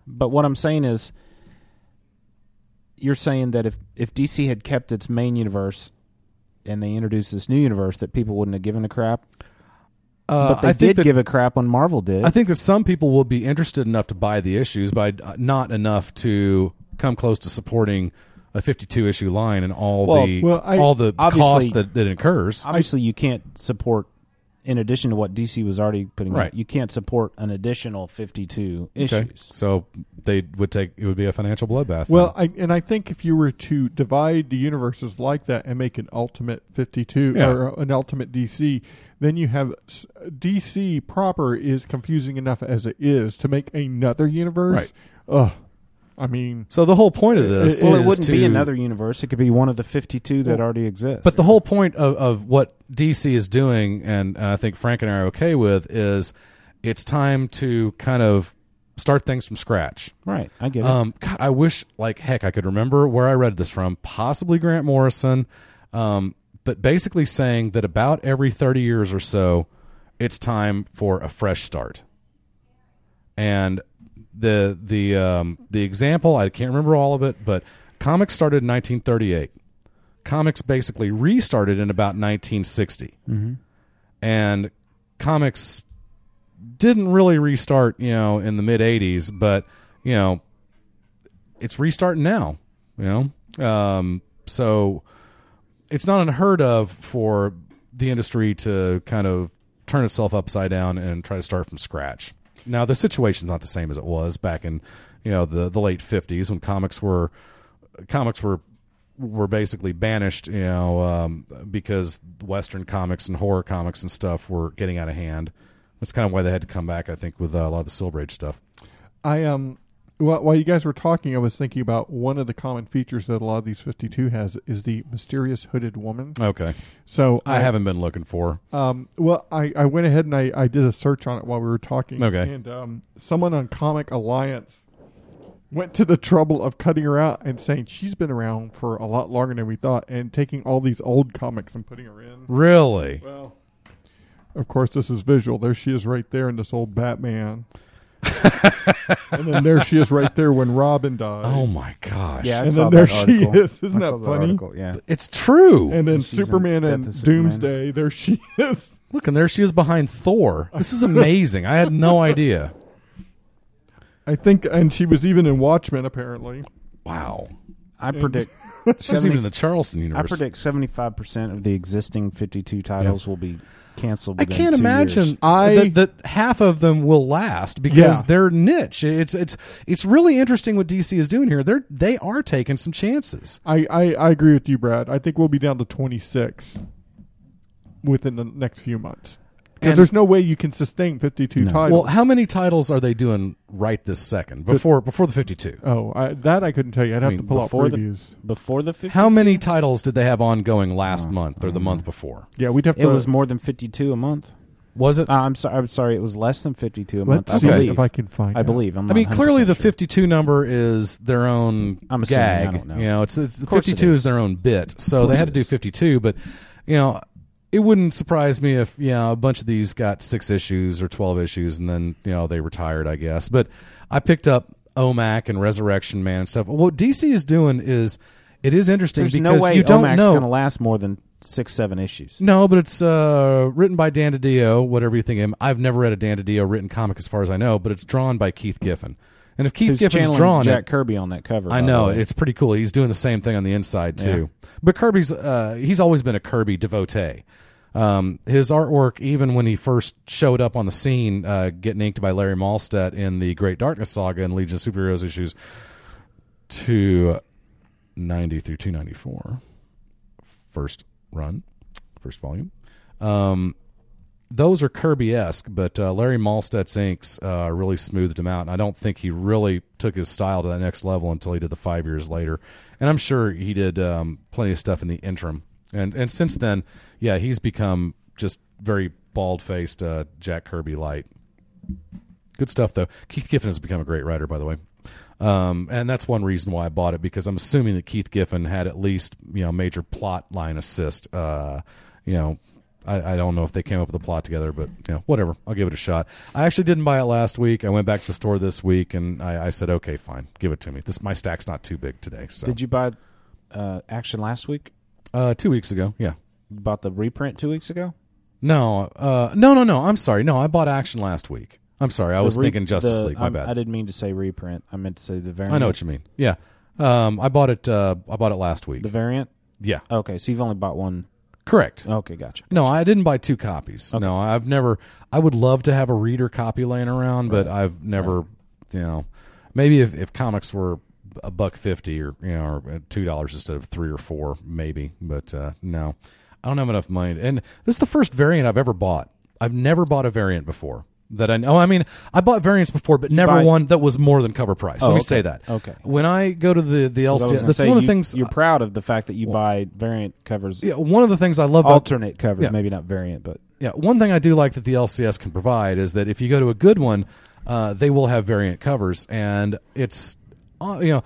Speaker 17: But what I'm saying is, you're saying that if if DC had kept its main universe and they introduced this new universe, that people wouldn't have given a crap.
Speaker 16: Uh,
Speaker 17: but they
Speaker 16: I
Speaker 17: did
Speaker 16: think that-
Speaker 17: give a crap when Marvel did.
Speaker 16: I think that some people will be interested enough to buy the issues, but uh, not enough to come close to supporting a 52 issue line and all
Speaker 17: Well,
Speaker 16: the
Speaker 17: well, I-
Speaker 16: all the
Speaker 17: obviously-
Speaker 16: cost that, that incurs.
Speaker 17: Obviously, you can't support. In addition to what DC was already putting out,
Speaker 16: Right.
Speaker 17: you can't support an additional 52 issues.
Speaker 16: So they would take it would be a financial bloodbath.
Speaker 13: Well, I, and I think if you were to divide the universes like that and make an ultimate 52
Speaker 16: Yeah.
Speaker 13: or uh, an ultimate DC, then you have s- DC proper is confusing enough as it is to make another universe.
Speaker 16: Right.
Speaker 13: Ugh. I mean,
Speaker 16: So the whole point of this
Speaker 17: well, it
Speaker 16: is
Speaker 17: wouldn't
Speaker 16: to,
Speaker 17: be another universe. It could be one of the 52 that already exists.
Speaker 16: But the whole point of, of what DC is doing, and, and I think Frank and I are okay with, is it's time to kind of start things from scratch.
Speaker 17: Right, I get it.
Speaker 16: Um, God, I wish, like heck, I could remember where I read this from. Possibly Grant Morrison, um, but basically saying that about every thirty years or so, it's time for a fresh start. And the the um, the example I can't remember all of it, but comics started in 1938. Comics basically restarted in about 1960,
Speaker 17: Mm-hmm.
Speaker 16: and comics didn't really restart, you know, in the mid 80s, but you know, it's restarting now, you know. Um, so it's not unheard of for the industry to kind of turn itself upside down and try to start from scratch. Now the situation's not the same as it was back in, you know, the the late 50s when comics were comics were were basically banished, you know, um, because Western comics and horror comics and stuff were getting out of hand. That's kind of why they had to come back, I think, with uh, a lot of the Silver Age stuff.
Speaker 13: I um, while, while you guys were talking, I was thinking about one of the common features that a lot of these fifty-two has is the mysterious hooded woman.
Speaker 16: Okay.
Speaker 13: So
Speaker 16: I, haven't been looking for.
Speaker 13: Um, well, I, I went ahead and I, I did a search on it while we were talking.
Speaker 16: Okay.
Speaker 13: And um, someone on Comic Alliance went to the trouble of cutting her out and saying she's been around for a lot longer than we thought, and taking all these old comics and putting her in.
Speaker 16: Really?
Speaker 13: Well, of course, this is visual. There she is right there in this old Batman. (laughs) and then there she is right there when Robin died.
Speaker 16: Oh my gosh!
Speaker 17: Yeah, I
Speaker 13: and
Speaker 17: saw
Speaker 13: then there
Speaker 17: that
Speaker 13: she
Speaker 17: article.
Speaker 13: is. Isn't
Speaker 17: I saw
Speaker 13: that
Speaker 17: that
Speaker 13: funny?
Speaker 17: article, yeah.
Speaker 16: It's true.
Speaker 13: And then
Speaker 17: And she's in
Speaker 13: Superman
Speaker 17: Death
Speaker 13: and
Speaker 17: of Superman.
Speaker 13: Doomsday. There she (laughs) is.
Speaker 16: Look, and there she is behind Thor. This is amazing. I had no idea.
Speaker 13: I think, and she was even in Watchmen apparently.
Speaker 16: Wow.
Speaker 17: I
Speaker 13: And-
Speaker 17: predict.
Speaker 16: She's even in the Charleston
Speaker 17: I
Speaker 16: universe.
Speaker 17: predict seventy-five percent of the existing fifty-two titles will be canceled.
Speaker 16: I
Speaker 17: within
Speaker 16: can't
Speaker 17: two
Speaker 16: imagine
Speaker 17: years.
Speaker 13: I-
Speaker 16: that, that half of them will last because
Speaker 13: Yeah.
Speaker 16: they're niche. It's it's it's really interesting what DC is doing here. They're they are taking some chances.
Speaker 13: I, I, I agree with you, Brad. I think we'll be down to 26 within the next few months. Because
Speaker 16: And-
Speaker 13: there's no way you can sustain 52
Speaker 16: Well,
Speaker 13: titles.
Speaker 16: how many titles are they doing right this second before before the fifty two?
Speaker 13: oh, I, that I couldn't tell you. I'd have
Speaker 16: mean,
Speaker 13: to pull out
Speaker 17: before the-
Speaker 13: previews.
Speaker 17: Before the 50,
Speaker 16: How many titles did they have ongoing last month or the month before?
Speaker 13: yeah, we'd have
Speaker 17: it
Speaker 13: to.
Speaker 17: was more than fifty-two a month.
Speaker 16: Was it?
Speaker 17: Uh, I'm sorry. I'm sorry. It was less than fifty-two a month.
Speaker 13: Let's
Speaker 17: I
Speaker 13: see
Speaker 17: believe.
Speaker 13: if I can find
Speaker 17: I
Speaker 13: out.
Speaker 17: believe. I'm
Speaker 16: I
Speaker 17: not
Speaker 16: mean, clearly the
Speaker 17: 100% sure.
Speaker 16: fifty two number is their own
Speaker 17: I'm assuming, I
Speaker 16: gag.
Speaker 17: don't know.
Speaker 16: You know, it's, it's
Speaker 17: course
Speaker 16: fifty two
Speaker 17: it
Speaker 16: is.
Speaker 17: is.
Speaker 16: their own bit, so they
Speaker 17: course
Speaker 16: had
Speaker 17: it
Speaker 16: to do fifty two. But you know, it wouldn't surprise me if you know a bunch of these got six issues or twelve issues, and then you know they retired, I guess. But I picked up Omac and Resurrection Man and stuff. What DC is doing is it is interesting
Speaker 17: There's no
Speaker 16: because
Speaker 17: way
Speaker 16: you don't
Speaker 17: OMAC's
Speaker 16: know
Speaker 17: going to last more than six, seven issues.
Speaker 16: No, but it's uh, written by Dan DiDio, whatever you think of him. I've never read a Dan DiDio written comic as far as I know, but it's drawn by Keith Giffen. And if Keith
Speaker 17: Who's
Speaker 16: Giffen's
Speaker 17: channeling
Speaker 16: drawn
Speaker 17: Jack
Speaker 16: it,
Speaker 17: Kirby on that
Speaker 16: I
Speaker 17: cover? by the
Speaker 16: know
Speaker 17: way.
Speaker 16: it's pretty cool. He's doing the same thing on the inside too. But Kirby's uh, he's always been a Kirby devotee. Um, his artwork, even when he first showed up on the scene, uh, getting inked by Larry Malstead in the Great Darkness Saga and Legion of Superheroes issues two ninety through two ninety four, first run, first volume. Um, those are Kirby esque, but uh, Larry Malstead's inks uh, really smoothed him out. And I don't think he really took his style to that next level until he did the five years later. And I'm sure he did um, plenty of stuff in the interim. And and since then, yeah, he's become just very bald faced uh, Jack Kirby light. Good stuff though. Keith Giffen has become a great writer, by the way. Um, and that's one reason why I bought it because I'm assuming that Keith Giffen had at least you know major plot line assist. Uh, you know, I, I don't know if they came up with a plot together, but you know, whatever. I'll give it a shot. I actually didn't buy it last week. I went back to the store this week and I, I said, okay, fine, give it to me. This my stack's not too big today. So
Speaker 17: Did you buy uh, Action last week?
Speaker 16: uh, two weeks ago, yeah.
Speaker 17: You bought the reprint two weeks ago.
Speaker 16: No, uh, no, no, no. I'm sorry. No, I bought Action last week. I'm sorry. I
Speaker 17: The
Speaker 16: was
Speaker 17: re-
Speaker 16: thinking Justice
Speaker 17: the-
Speaker 16: League. My
Speaker 17: I'm-
Speaker 16: bad.
Speaker 17: I didn't mean to say reprint. I meant to say the variant.
Speaker 16: I know what you mean. Yeah. Um, I bought it. Uh, I bought it last week.
Speaker 17: The Uh, variant.
Speaker 16: yeah.
Speaker 17: Okay, so you've only bought one.
Speaker 16: Correct.
Speaker 17: Okay, gotcha.
Speaker 16: No, I didn't buy two copies. No, I've never. I would love to have a reader copy laying around, but I've never. You know, maybe if, if comics were a buck fifty or you know or two dollars instead of three or four, maybe. But uh, no, I don't have enough money. And this is the first variant I've ever bought. I've never bought a variant before that I know. I mean, I bought variants before, but never
Speaker 17: Buy-
Speaker 16: one that was more than cover price.
Speaker 17: Oh,
Speaker 16: Let me
Speaker 17: okay.
Speaker 16: say that.
Speaker 17: Okay.
Speaker 16: When I go to the the
Speaker 17: Because I was
Speaker 16: LCS,
Speaker 17: gonna
Speaker 16: that's
Speaker 17: say,
Speaker 16: one of the
Speaker 17: you-
Speaker 16: things.
Speaker 17: you're proud of the fact that you buy variant covers,
Speaker 16: yeah, one of the things I love about
Speaker 17: alternate covers,
Speaker 16: Yeah.
Speaker 17: maybe not variant, but
Speaker 16: yeah, one thing I do like that the LCS can provide is that if you go to a good one, uh, they will have variant covers, and it's uh, you know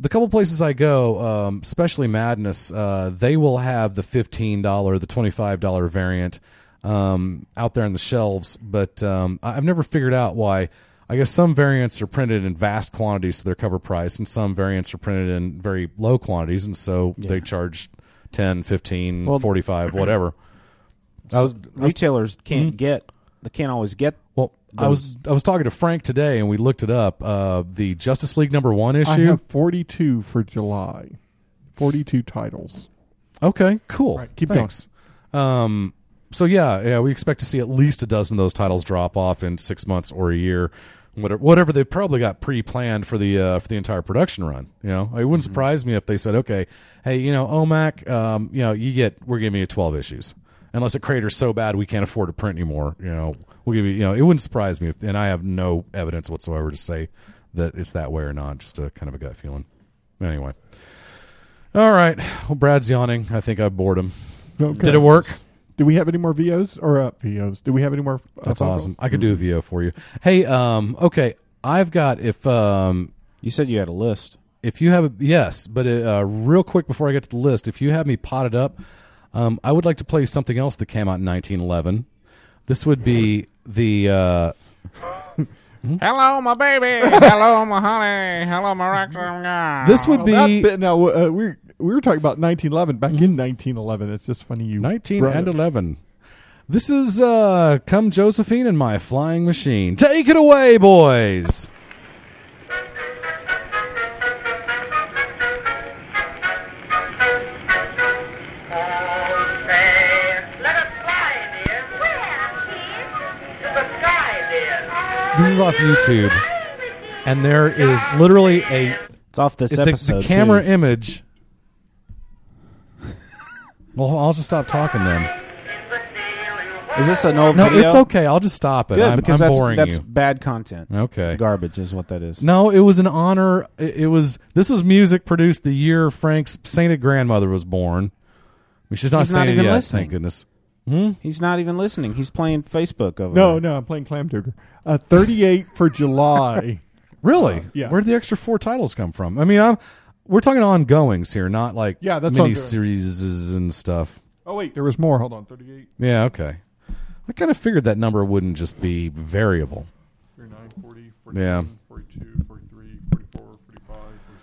Speaker 16: the couple places I go, um, especially Madness, uh, they will have the fifteen dollar, the twenty five dollar variant um, out there on the shelves. But um, I- I've never figured out why. I guess some variants are printed in vast quantities to their cover price, and some variants are printed in very low quantities, and so they charge 10, 15,
Speaker 17: Well,
Speaker 16: 45, whatever. I was- Mm-hmm. I was-
Speaker 17: retailers can't get they can't always get
Speaker 16: well I was I was talking to Frank today, and we looked it up. Uh, the Justice League number one issue.
Speaker 13: I have 42 for July. 42 titles.
Speaker 16: Okay, cool.
Speaker 13: Right, keep
Speaker 16: Thanks. Um, so yeah, yeah, we expect to see at least a dozen of those titles drop off in six months or a year, whatever. Whatever they probably got pre-planned for the uh, for the entire production run. You know, it
Speaker 13: Mm-hmm.
Speaker 16: wouldn't surprise me if they said, okay, hey, you know, OMAC, um, you know, you get we're giving you twelve issues, unless a crater's so bad we can't afford to print anymore. You know, we'll give you. You know, it wouldn't surprise me, if, and I have no evidence whatsoever to say that it's that way or not. Just a kind of a gut feeling. Anyway. All right. Well, Brad's yawning. I think I bored him.
Speaker 13: Okay.
Speaker 16: Did it work?
Speaker 13: Do we have any more VOs or uh, VOs? Do we have any more? Uh,
Speaker 16: That's
Speaker 13: phone
Speaker 16: awesome. I could do a VO for you. Hey, um, okay. I've got if um,
Speaker 17: you said you had a list.
Speaker 16: If you have a, yes, but uh, real quick before I get to the list, if you have me potted up, um, I would like to play something else that came out in 1911. This would be the uh, Mm-hmm.
Speaker 9: Hello, my
Speaker 16: (laughs)
Speaker 9: baby. Hello, my honey. Hello, my rectum guy.
Speaker 16: This would
Speaker 13: Well,
Speaker 16: be
Speaker 13: that bit- now uh, we we were talking about 1911 back in 1911. It's just funny you
Speaker 16: 19
Speaker 13: brought
Speaker 16: and
Speaker 13: it.
Speaker 16: 11. This is uh, Come Josephine and My Flying Machine. Take it away, boys. This is off YouTube, and there is literally a.
Speaker 17: It's off this
Speaker 16: the,
Speaker 17: episode,
Speaker 16: The camera
Speaker 17: too.
Speaker 16: image. (laughs) Well, I'll just stop talking then.
Speaker 17: Is this an old
Speaker 16: No,
Speaker 17: video?
Speaker 16: it's okay. I'll just stop it.
Speaker 17: Good,
Speaker 16: I'm,
Speaker 17: because
Speaker 16: I'm
Speaker 17: that's,
Speaker 16: boring
Speaker 17: that's
Speaker 16: you.
Speaker 17: bad content.
Speaker 16: Okay.
Speaker 17: It's garbage is what that is.
Speaker 16: No, it was an honor. It, it was this was music produced the year Frank's sainted grandmother was born. I mean, she's not
Speaker 17: He's not
Speaker 16: sainted
Speaker 17: even
Speaker 16: yet.
Speaker 17: listening.
Speaker 16: Thank goodness.
Speaker 17: He's not even listening. He's playing Facebook over
Speaker 13: No,
Speaker 17: there.
Speaker 13: no, I'm playing Clam Digger. Uh, 38
Speaker 16: (laughs)
Speaker 13: for July.
Speaker 16: Really?
Speaker 17: Uh,
Speaker 13: yeah.
Speaker 16: Where did the extra four titles come from? I mean, I'm we're talking ongoings here, not like
Speaker 13: Yeah, that's what I'm doing.
Speaker 16: mini series and stuff.
Speaker 13: Oh wait, there was more. Hold on, 38.
Speaker 16: Yeah, okay. I kind of figured that number wouldn't just be variable.
Speaker 13: 39, 40,
Speaker 16: Yeah.
Speaker 13: 42, 43, 44, 45,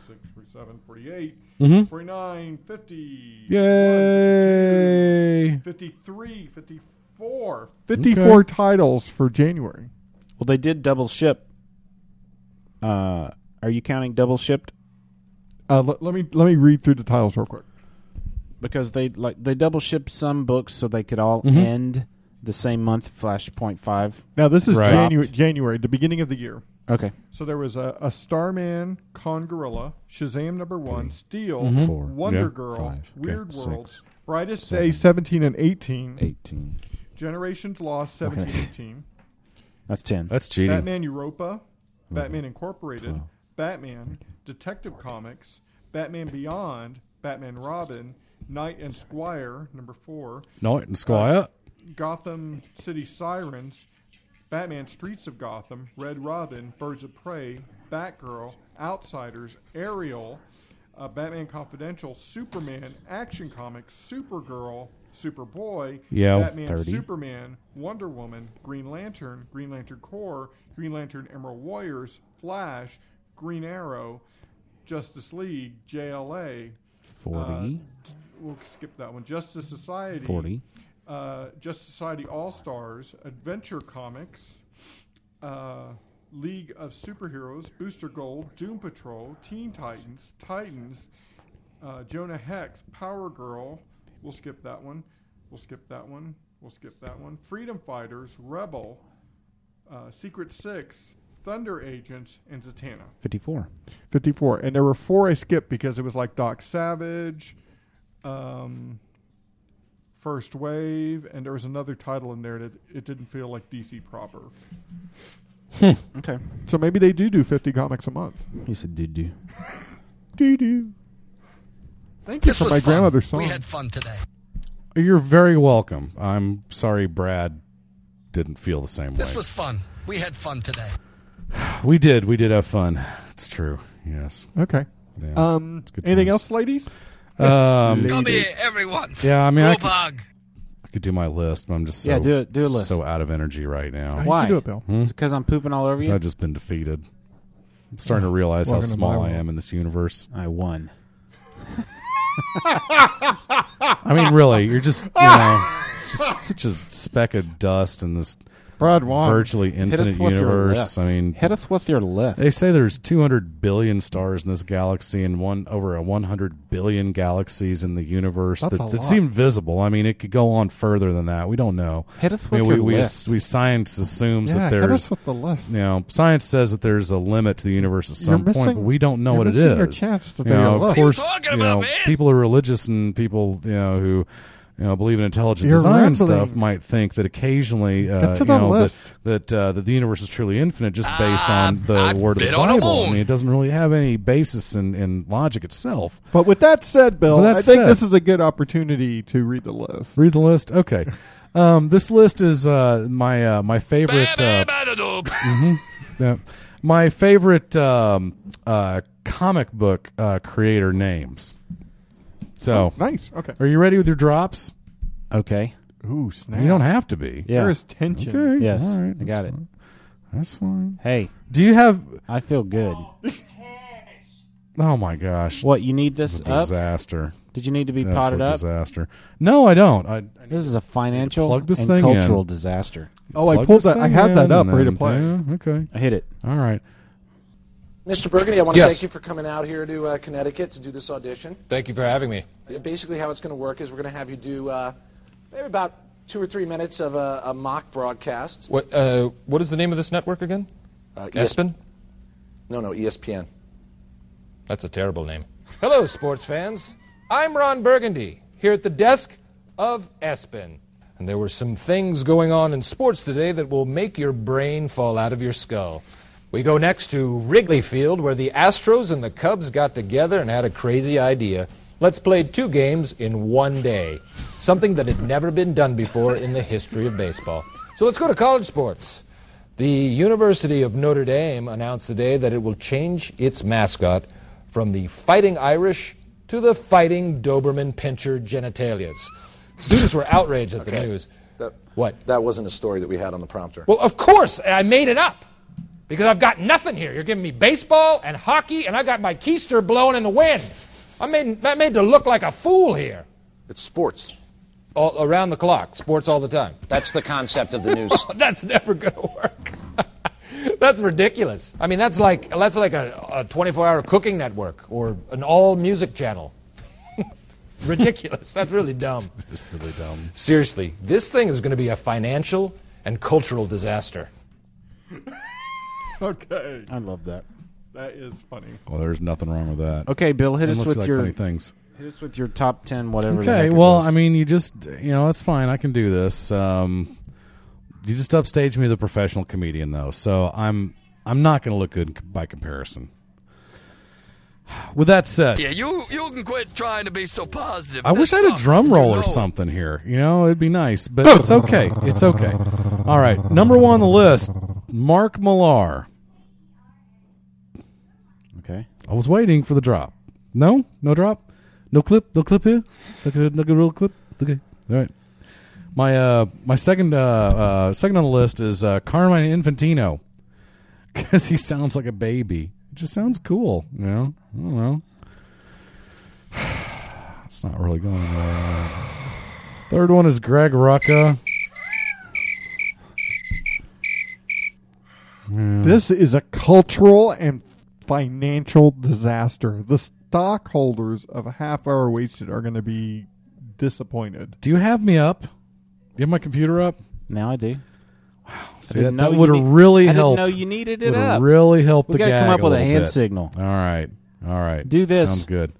Speaker 13: 46, 47, 48,
Speaker 16: Mhm.
Speaker 13: 49, 50.
Speaker 16: Yay!
Speaker 13: 53, 54. 54 titles for January.
Speaker 17: Well, they did double ship. Uh, are you counting double shipped?
Speaker 13: Uh, let, let me let me read through the titles real quick.
Speaker 17: Because they like they double shipped some books so they could all
Speaker 16: Mm-hmm.
Speaker 13: Mhm.
Speaker 17: end the same month. Flashpoint five.
Speaker 13: Now this is
Speaker 17: Right.
Speaker 13: January, January, the beginning of the year.
Speaker 17: Okay.
Speaker 13: So there was a, a Starman, Con Gorilla, Shazam number one, Steel,
Speaker 17: Mhm.
Speaker 13: Four, Wonder
Speaker 17: Yeah.
Speaker 13: Girl,
Speaker 17: Five. Okay.
Speaker 13: Weird
Speaker 17: Six.
Speaker 13: World, Brightest
Speaker 17: Seven.
Speaker 13: Day seventeen and eighteen,
Speaker 17: 18.
Speaker 13: Generations Lost 17,
Speaker 17: Okay. (laughs)
Speaker 13: 18,
Speaker 17: That's ten.
Speaker 16: That's cheating.
Speaker 13: Batman Europa, Batman Incorporated, Batman, Detective Comics, Batman Beyond, Batman Robin, Knight and Squire number four,
Speaker 16: Knight and Squire.
Speaker 13: Gotham City Sirens, Batman Streets of Gotham, Red Robin, Birds of Prey, Batgirl, Outsiders, Ariel, uh, Batman Confidential, Superman, Action Comics, Supergirl, Superboy,
Speaker 16: Yeah,
Speaker 13: Batman,
Speaker 16: 30.
Speaker 13: Superman, Wonder Woman, Green Lantern, Green Lantern Corps, Green Lantern Emerald Warriors, Flash, Green Arrow, Justice League, JLA. uh,
Speaker 17: 40.
Speaker 13: we'll skip that one. Justice Society.
Speaker 17: 40.
Speaker 13: Uh, Justice Society All Stars, Adventure Comics, uh, League of Superheroes, Booster Gold, Doom Patrol, Teen Titans, Titans, uh, Jonah Hex, Power Girl. We'll skip that one. We'll skip that one. We'll skip that one. Freedom Fighters, Rebel, uh, Secret Six, Thunder Agents, and Zatanna.
Speaker 17: 54.
Speaker 13: 54. And there were four I skipped because it was like Doc Savage, um, First Wave, and there was another title in there that it didn't feel like DC proper.
Speaker 16: Hmm.
Speaker 17: Okay.
Speaker 13: So maybe they do do 50 comics a month.
Speaker 17: He said doo doo.
Speaker 13: Doo doo. Thank you
Speaker 5: This
Speaker 13: for
Speaker 5: was
Speaker 13: my
Speaker 5: fun.
Speaker 13: grandmother's song.
Speaker 5: We had fun today.
Speaker 16: You're very welcome. I'm sorry Brad didn't feel the same
Speaker 5: This
Speaker 16: way.
Speaker 5: was fun. We had fun today.
Speaker 16: We did. We did have fun. It's true. Yes.
Speaker 13: Okay.
Speaker 16: Yeah.
Speaker 13: Um,
Speaker 16: It's good
Speaker 13: anything
Speaker 16: times.
Speaker 13: else, ladies?
Speaker 16: Um,
Speaker 5: Come here, everyone.
Speaker 16: Yeah, I mean, I could,
Speaker 5: Robug.
Speaker 16: I could do my list, but I'm just so,
Speaker 17: Yeah, do it- do a list.
Speaker 16: so out of energy right now.
Speaker 17: Why?
Speaker 13: do it, Bill.
Speaker 17: Because I'm pooping all over
Speaker 16: 'Cause
Speaker 17: you.
Speaker 16: I've Hmm? just been defeated. I'm starting to realize how
Speaker 17: Welcome to
Speaker 16: small
Speaker 17: my
Speaker 16: I am in this universe.
Speaker 17: I won.
Speaker 16: I mean, really, you're (laughs) just you know, just such a speck of dust in this
Speaker 13: Brad won.
Speaker 16: virtually
Speaker 17: Hit us
Speaker 16: infinite
Speaker 17: with your
Speaker 16: universe.
Speaker 17: list.
Speaker 16: I mean,
Speaker 17: Hit us with your list.
Speaker 16: They say there's 200 billion stars in this galaxy and one over a 100 billion galaxies in the universe
Speaker 17: That's
Speaker 16: that,
Speaker 17: a
Speaker 16: that
Speaker 17: lot.
Speaker 16: seem visible. I mean, it could go on further than that. We don't know.
Speaker 17: Hit us
Speaker 16: I mean,
Speaker 17: with
Speaker 16: we,
Speaker 17: your
Speaker 16: we,
Speaker 17: list.
Speaker 16: we science assumes
Speaker 13: Yeah,
Speaker 16: that
Speaker 13: hit
Speaker 16: there's
Speaker 13: us with the list.
Speaker 16: You know, science says that there's a limit to the universe at
Speaker 13: You're
Speaker 16: some point, but
Speaker 13: missing-
Speaker 16: we don't know
Speaker 13: you're
Speaker 16: what it
Speaker 13: missing
Speaker 16: is.
Speaker 13: your chance to
Speaker 16: You
Speaker 13: do your
Speaker 16: know, of
Speaker 13: list.
Speaker 16: course, you know, people who are religious and people you know who you know believe in intelligent
Speaker 13: You're
Speaker 16: design and
Speaker 13: rambling.
Speaker 16: stuff might think that occasionally uh,
Speaker 13: to
Speaker 16: you
Speaker 13: the
Speaker 16: know,
Speaker 13: list.
Speaker 16: that that, uh, that the universe is truly infinite just based on the word of the
Speaker 13: bit Ah, on a
Speaker 16: Bible. I
Speaker 13: bone.
Speaker 16: mean, it doesn't really have any basis in, in logic itself.
Speaker 13: But with that said, Bill,
Speaker 16: With that
Speaker 13: I think
Speaker 16: said-
Speaker 13: this is a good opportunity to read the list.
Speaker 16: Read the list. Okay, um, this list is uh, my uh, my favorite. Uh, (laughs) mhm. Yeah. My favorite um, uh, comic book uh, creator names. So
Speaker 13: Oh, nice. Okay.
Speaker 16: Are you ready with your drops?
Speaker 17: Okay.
Speaker 13: Ooh, snap.
Speaker 16: You don't have to be.
Speaker 17: Yeah.
Speaker 13: There is tension.
Speaker 16: Okay.
Speaker 17: Yes,
Speaker 16: All right.
Speaker 17: I got it.
Speaker 16: That's fine.
Speaker 17: Hey,
Speaker 16: do you have?
Speaker 17: I feel good.
Speaker 16: Oh my gosh!
Speaker 17: What you need this
Speaker 16: It's a
Speaker 17: up?
Speaker 16: disaster.
Speaker 17: Did you need to be
Speaker 16: Absolute
Speaker 17: potted up?
Speaker 16: Disaster. No, I don't. I,
Speaker 17: This is a financial
Speaker 16: plug this
Speaker 17: and
Speaker 16: thing in.
Speaker 17: cultural disaster.
Speaker 13: Oh, I
Speaker 16: Plug
Speaker 13: pulled
Speaker 16: this
Speaker 13: that. I
Speaker 16: thing
Speaker 13: had that
Speaker 16: in
Speaker 13: up,
Speaker 16: and
Speaker 13: ready
Speaker 16: then-
Speaker 13: to play.
Speaker 16: yeah, okay.
Speaker 17: I hit it.
Speaker 16: All right.
Speaker 10: Mr. Burgundy, I want to
Speaker 26: Yes.
Speaker 10: thank you for coming out here to uh, Connecticut to do this audition.
Speaker 26: Thank you for having me.
Speaker 10: Basically, how it's going to work is we're going to have you do uh, maybe about two or three minutes of a, a mock broadcast.
Speaker 26: What uh, what is the name of this network again?
Speaker 10: Uh, yes-
Speaker 26: Espen.
Speaker 10: No, E no, ESPN.
Speaker 26: That's a terrible name. Hello, sports fans. I'm Ron Burgundy here at the desk of Espen. And there were some things going on in sports today that will make your brain fall out of your skull. We go next to Wrigley Field, where the Astros and the Cubs got together and had a crazy idea. Let's play two games in one day, something that had never been done before in the history of baseball. So let's go to college sports. The University of Notre Dame announced today that it will change its mascot from the Fighting Irish to the Fighting Doberman Pinscher Genitalias. Students were outraged at the news.
Speaker 10: That,
Speaker 26: what?
Speaker 10: That wasn't a story that we had on the prompter.
Speaker 26: Well, of course, I made it up because I've got nothing here. You're giving me baseball and hockey, and I got my keister blown in the wind. I'm made, I'm made to look like a fool here.
Speaker 10: It's sports.
Speaker 26: All around the clock, sports all the time.
Speaker 27: That's the concept of the news.
Speaker 26: (laughs) that's never going to work. (laughs) that's ridiculous. I mean, that's like that's like a, a 24-hour cooking network or an all-music channel. ridiculous. That's really dumb.
Speaker 16: Really dumb.
Speaker 26: Seriously, this thing is going to be a financial and cultural disaster.
Speaker 13: Okay.
Speaker 17: I love that.
Speaker 13: That is funny.
Speaker 16: Well, there's nothing wrong with that.
Speaker 17: Okay, Bill, hit
Speaker 16: Unless
Speaker 17: us
Speaker 16: you
Speaker 17: with
Speaker 16: like
Speaker 17: your
Speaker 16: funny things.
Speaker 17: Hit us with your top ten, whatever. the
Speaker 16: Okay,
Speaker 17: heck it
Speaker 16: well,
Speaker 17: was.
Speaker 16: I mean, you just you know that's fine. I can do this. Um, you just upstage me, the professional comedian, though. So I'm I'm not going to look good by comparison. (sighs) With that said,
Speaker 5: Yeah, you you can quit trying to be so positive.
Speaker 16: I
Speaker 5: This
Speaker 16: wish I had a
Speaker 5: sucks.
Speaker 16: drum roll or something here. You know, it'd be nice, but it's okay. It's okay. All right, number one on the list, Mark Millar.
Speaker 17: Okay.
Speaker 16: I was waiting for the drop. No, no drop, no clip, no clip here. Look at look at real clip. Okay, all right. My uh my second uh, uh second on the list is uh, Carmine Infantino (laughs) because he sounds like a baby. It just sounds cool. You know, I don't know. (sighs) It's not really going well. Third one is Greg Rucka. Mm.
Speaker 13: This is a cultural and financial disaster. The stockholders of Half Hour Wasted are going to be disappointed.
Speaker 16: Do you have me up? Do you have my computer up?
Speaker 17: Now I do.
Speaker 16: Wow.
Speaker 17: I
Speaker 16: See, that,
Speaker 17: didn't know
Speaker 16: that
Speaker 17: you
Speaker 16: would have
Speaker 17: need-
Speaker 16: really
Speaker 17: I didn't
Speaker 16: helped.
Speaker 17: know you needed it
Speaker 16: Would've
Speaker 17: up.
Speaker 16: really helped
Speaker 17: We
Speaker 16: the
Speaker 17: gotta
Speaker 16: gag
Speaker 17: come up with a
Speaker 16: little
Speaker 17: hand
Speaker 16: bit.
Speaker 17: signal.
Speaker 16: All right. All right.
Speaker 17: Do this.
Speaker 16: Sounds good.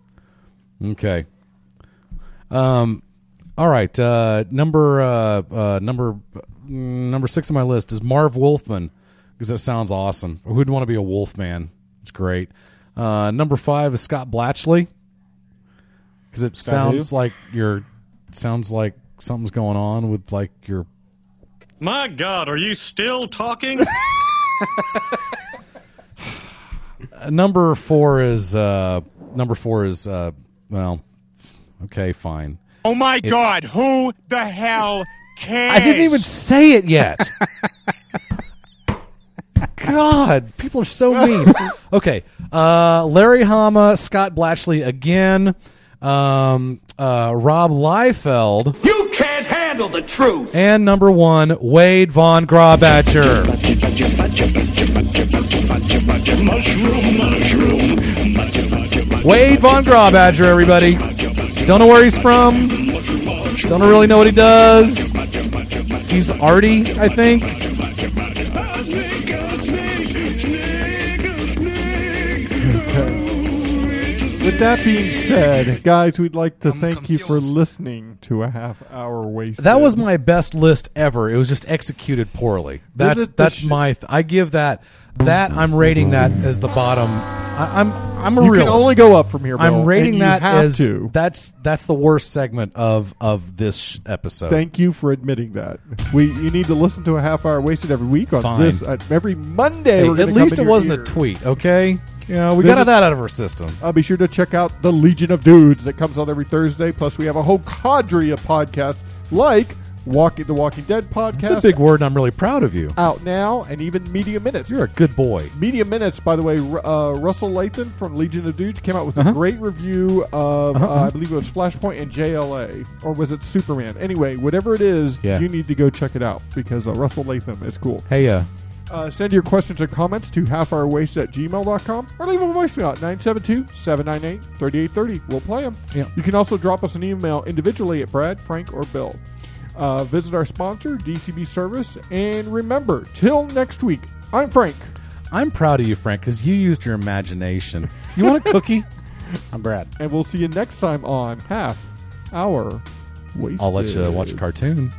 Speaker 16: Okay. Um, all right. Uh, number uh, uh, number mm, number six on my list is Marv Wolfman because that sounds awesome. Who'd want to be a wolf man? It's great. Uh, number five is Scott Blatchley because it
Speaker 17: Scott
Speaker 16: sounds
Speaker 17: who?
Speaker 16: like you're sounds like something's going on with like your
Speaker 12: My God, are you still talking?
Speaker 16: Uh, (laughs) number four is uh, number four is uh, well, okay, fine.
Speaker 11: Oh my
Speaker 16: It's-
Speaker 11: God! Who the
Speaker 26: (laughs)
Speaker 11: hell cares?
Speaker 16: I didn't even say it yet. God, people are so mean. Okay, uh, Larry Hama, Scott Blatchley again, um, uh, Rob Liefeld,
Speaker 11: You can't handle the truth.
Speaker 16: and number one Wade von Grabatcher. Wade von Grabatcher, everybody. Don't know where he's from. Don't really know what he does. He's arty, I think.
Speaker 13: With that being said, guys, we'd like to thank you for listening to a half hour wasted.
Speaker 16: That was my best list ever. It was just executed poorly. That's
Speaker 13: it the
Speaker 16: that's
Speaker 13: sh-
Speaker 16: my. Th- I give that that I'm rating that as the bottom. I, I'm I'm a
Speaker 13: You can
Speaker 16: realist.
Speaker 13: only go up from here, Bill,
Speaker 16: I'm
Speaker 13: and
Speaker 16: rating
Speaker 13: you
Speaker 16: that
Speaker 13: have
Speaker 16: as
Speaker 13: to.
Speaker 16: that's that's the worst segment of of this sh- episode.
Speaker 13: Thank you for admitting that. We you need to listen to a half hour wasted every week on
Speaker 16: Fine.
Speaker 13: this uh, every Monday.
Speaker 16: Hey,
Speaker 13: we're gonna
Speaker 16: at
Speaker 13: come
Speaker 16: least
Speaker 13: in
Speaker 16: it
Speaker 13: your
Speaker 16: wasn't
Speaker 13: ear.
Speaker 16: a tweet. Okay, you know we
Speaker 13: Visit-
Speaker 16: got that out of our system.
Speaker 13: Uh, be sure to check out the Legion of Dudes that comes out every Thursday. Plus, we have a whole cadre of podcasts like Walking the Walking Dead podcast.
Speaker 16: It's a big word. and I'm really proud of you.
Speaker 13: out now, and even Media Minutes.
Speaker 16: You're a good boy.
Speaker 13: Media Minutes, by the way, Ru- uh, Russell Latham from Legion of Dudes came out with a great review of, uh
Speaker 16: Uh-huh, uh-huh.
Speaker 13: I believe it was Flashpoint and JLA, or was it Superman? Anyway, whatever it is,
Speaker 16: Yeah.
Speaker 13: you need to go check it out because uh, Russell Latham is cool.
Speaker 16: Hey, uh,
Speaker 13: Uh, send your questions or comments to halfhourwaste at gmail.com or leave a voicemail at 972 798 3830. We'll play them.
Speaker 16: Yeah.
Speaker 13: You can also drop us an email individually at Brad, Frank, or Bill. Uh, visit our sponsor, DCB Service. And remember, till next week, I'm Frank.
Speaker 16: I'm proud of you, Frank, because you used your imagination. You want a
Speaker 13: (laughs)
Speaker 16: cookie?
Speaker 17: I'm Brad.
Speaker 13: And we'll see you next time on Half Hour Wasted.
Speaker 16: I'll let you Oh, uh, watch a cartoon.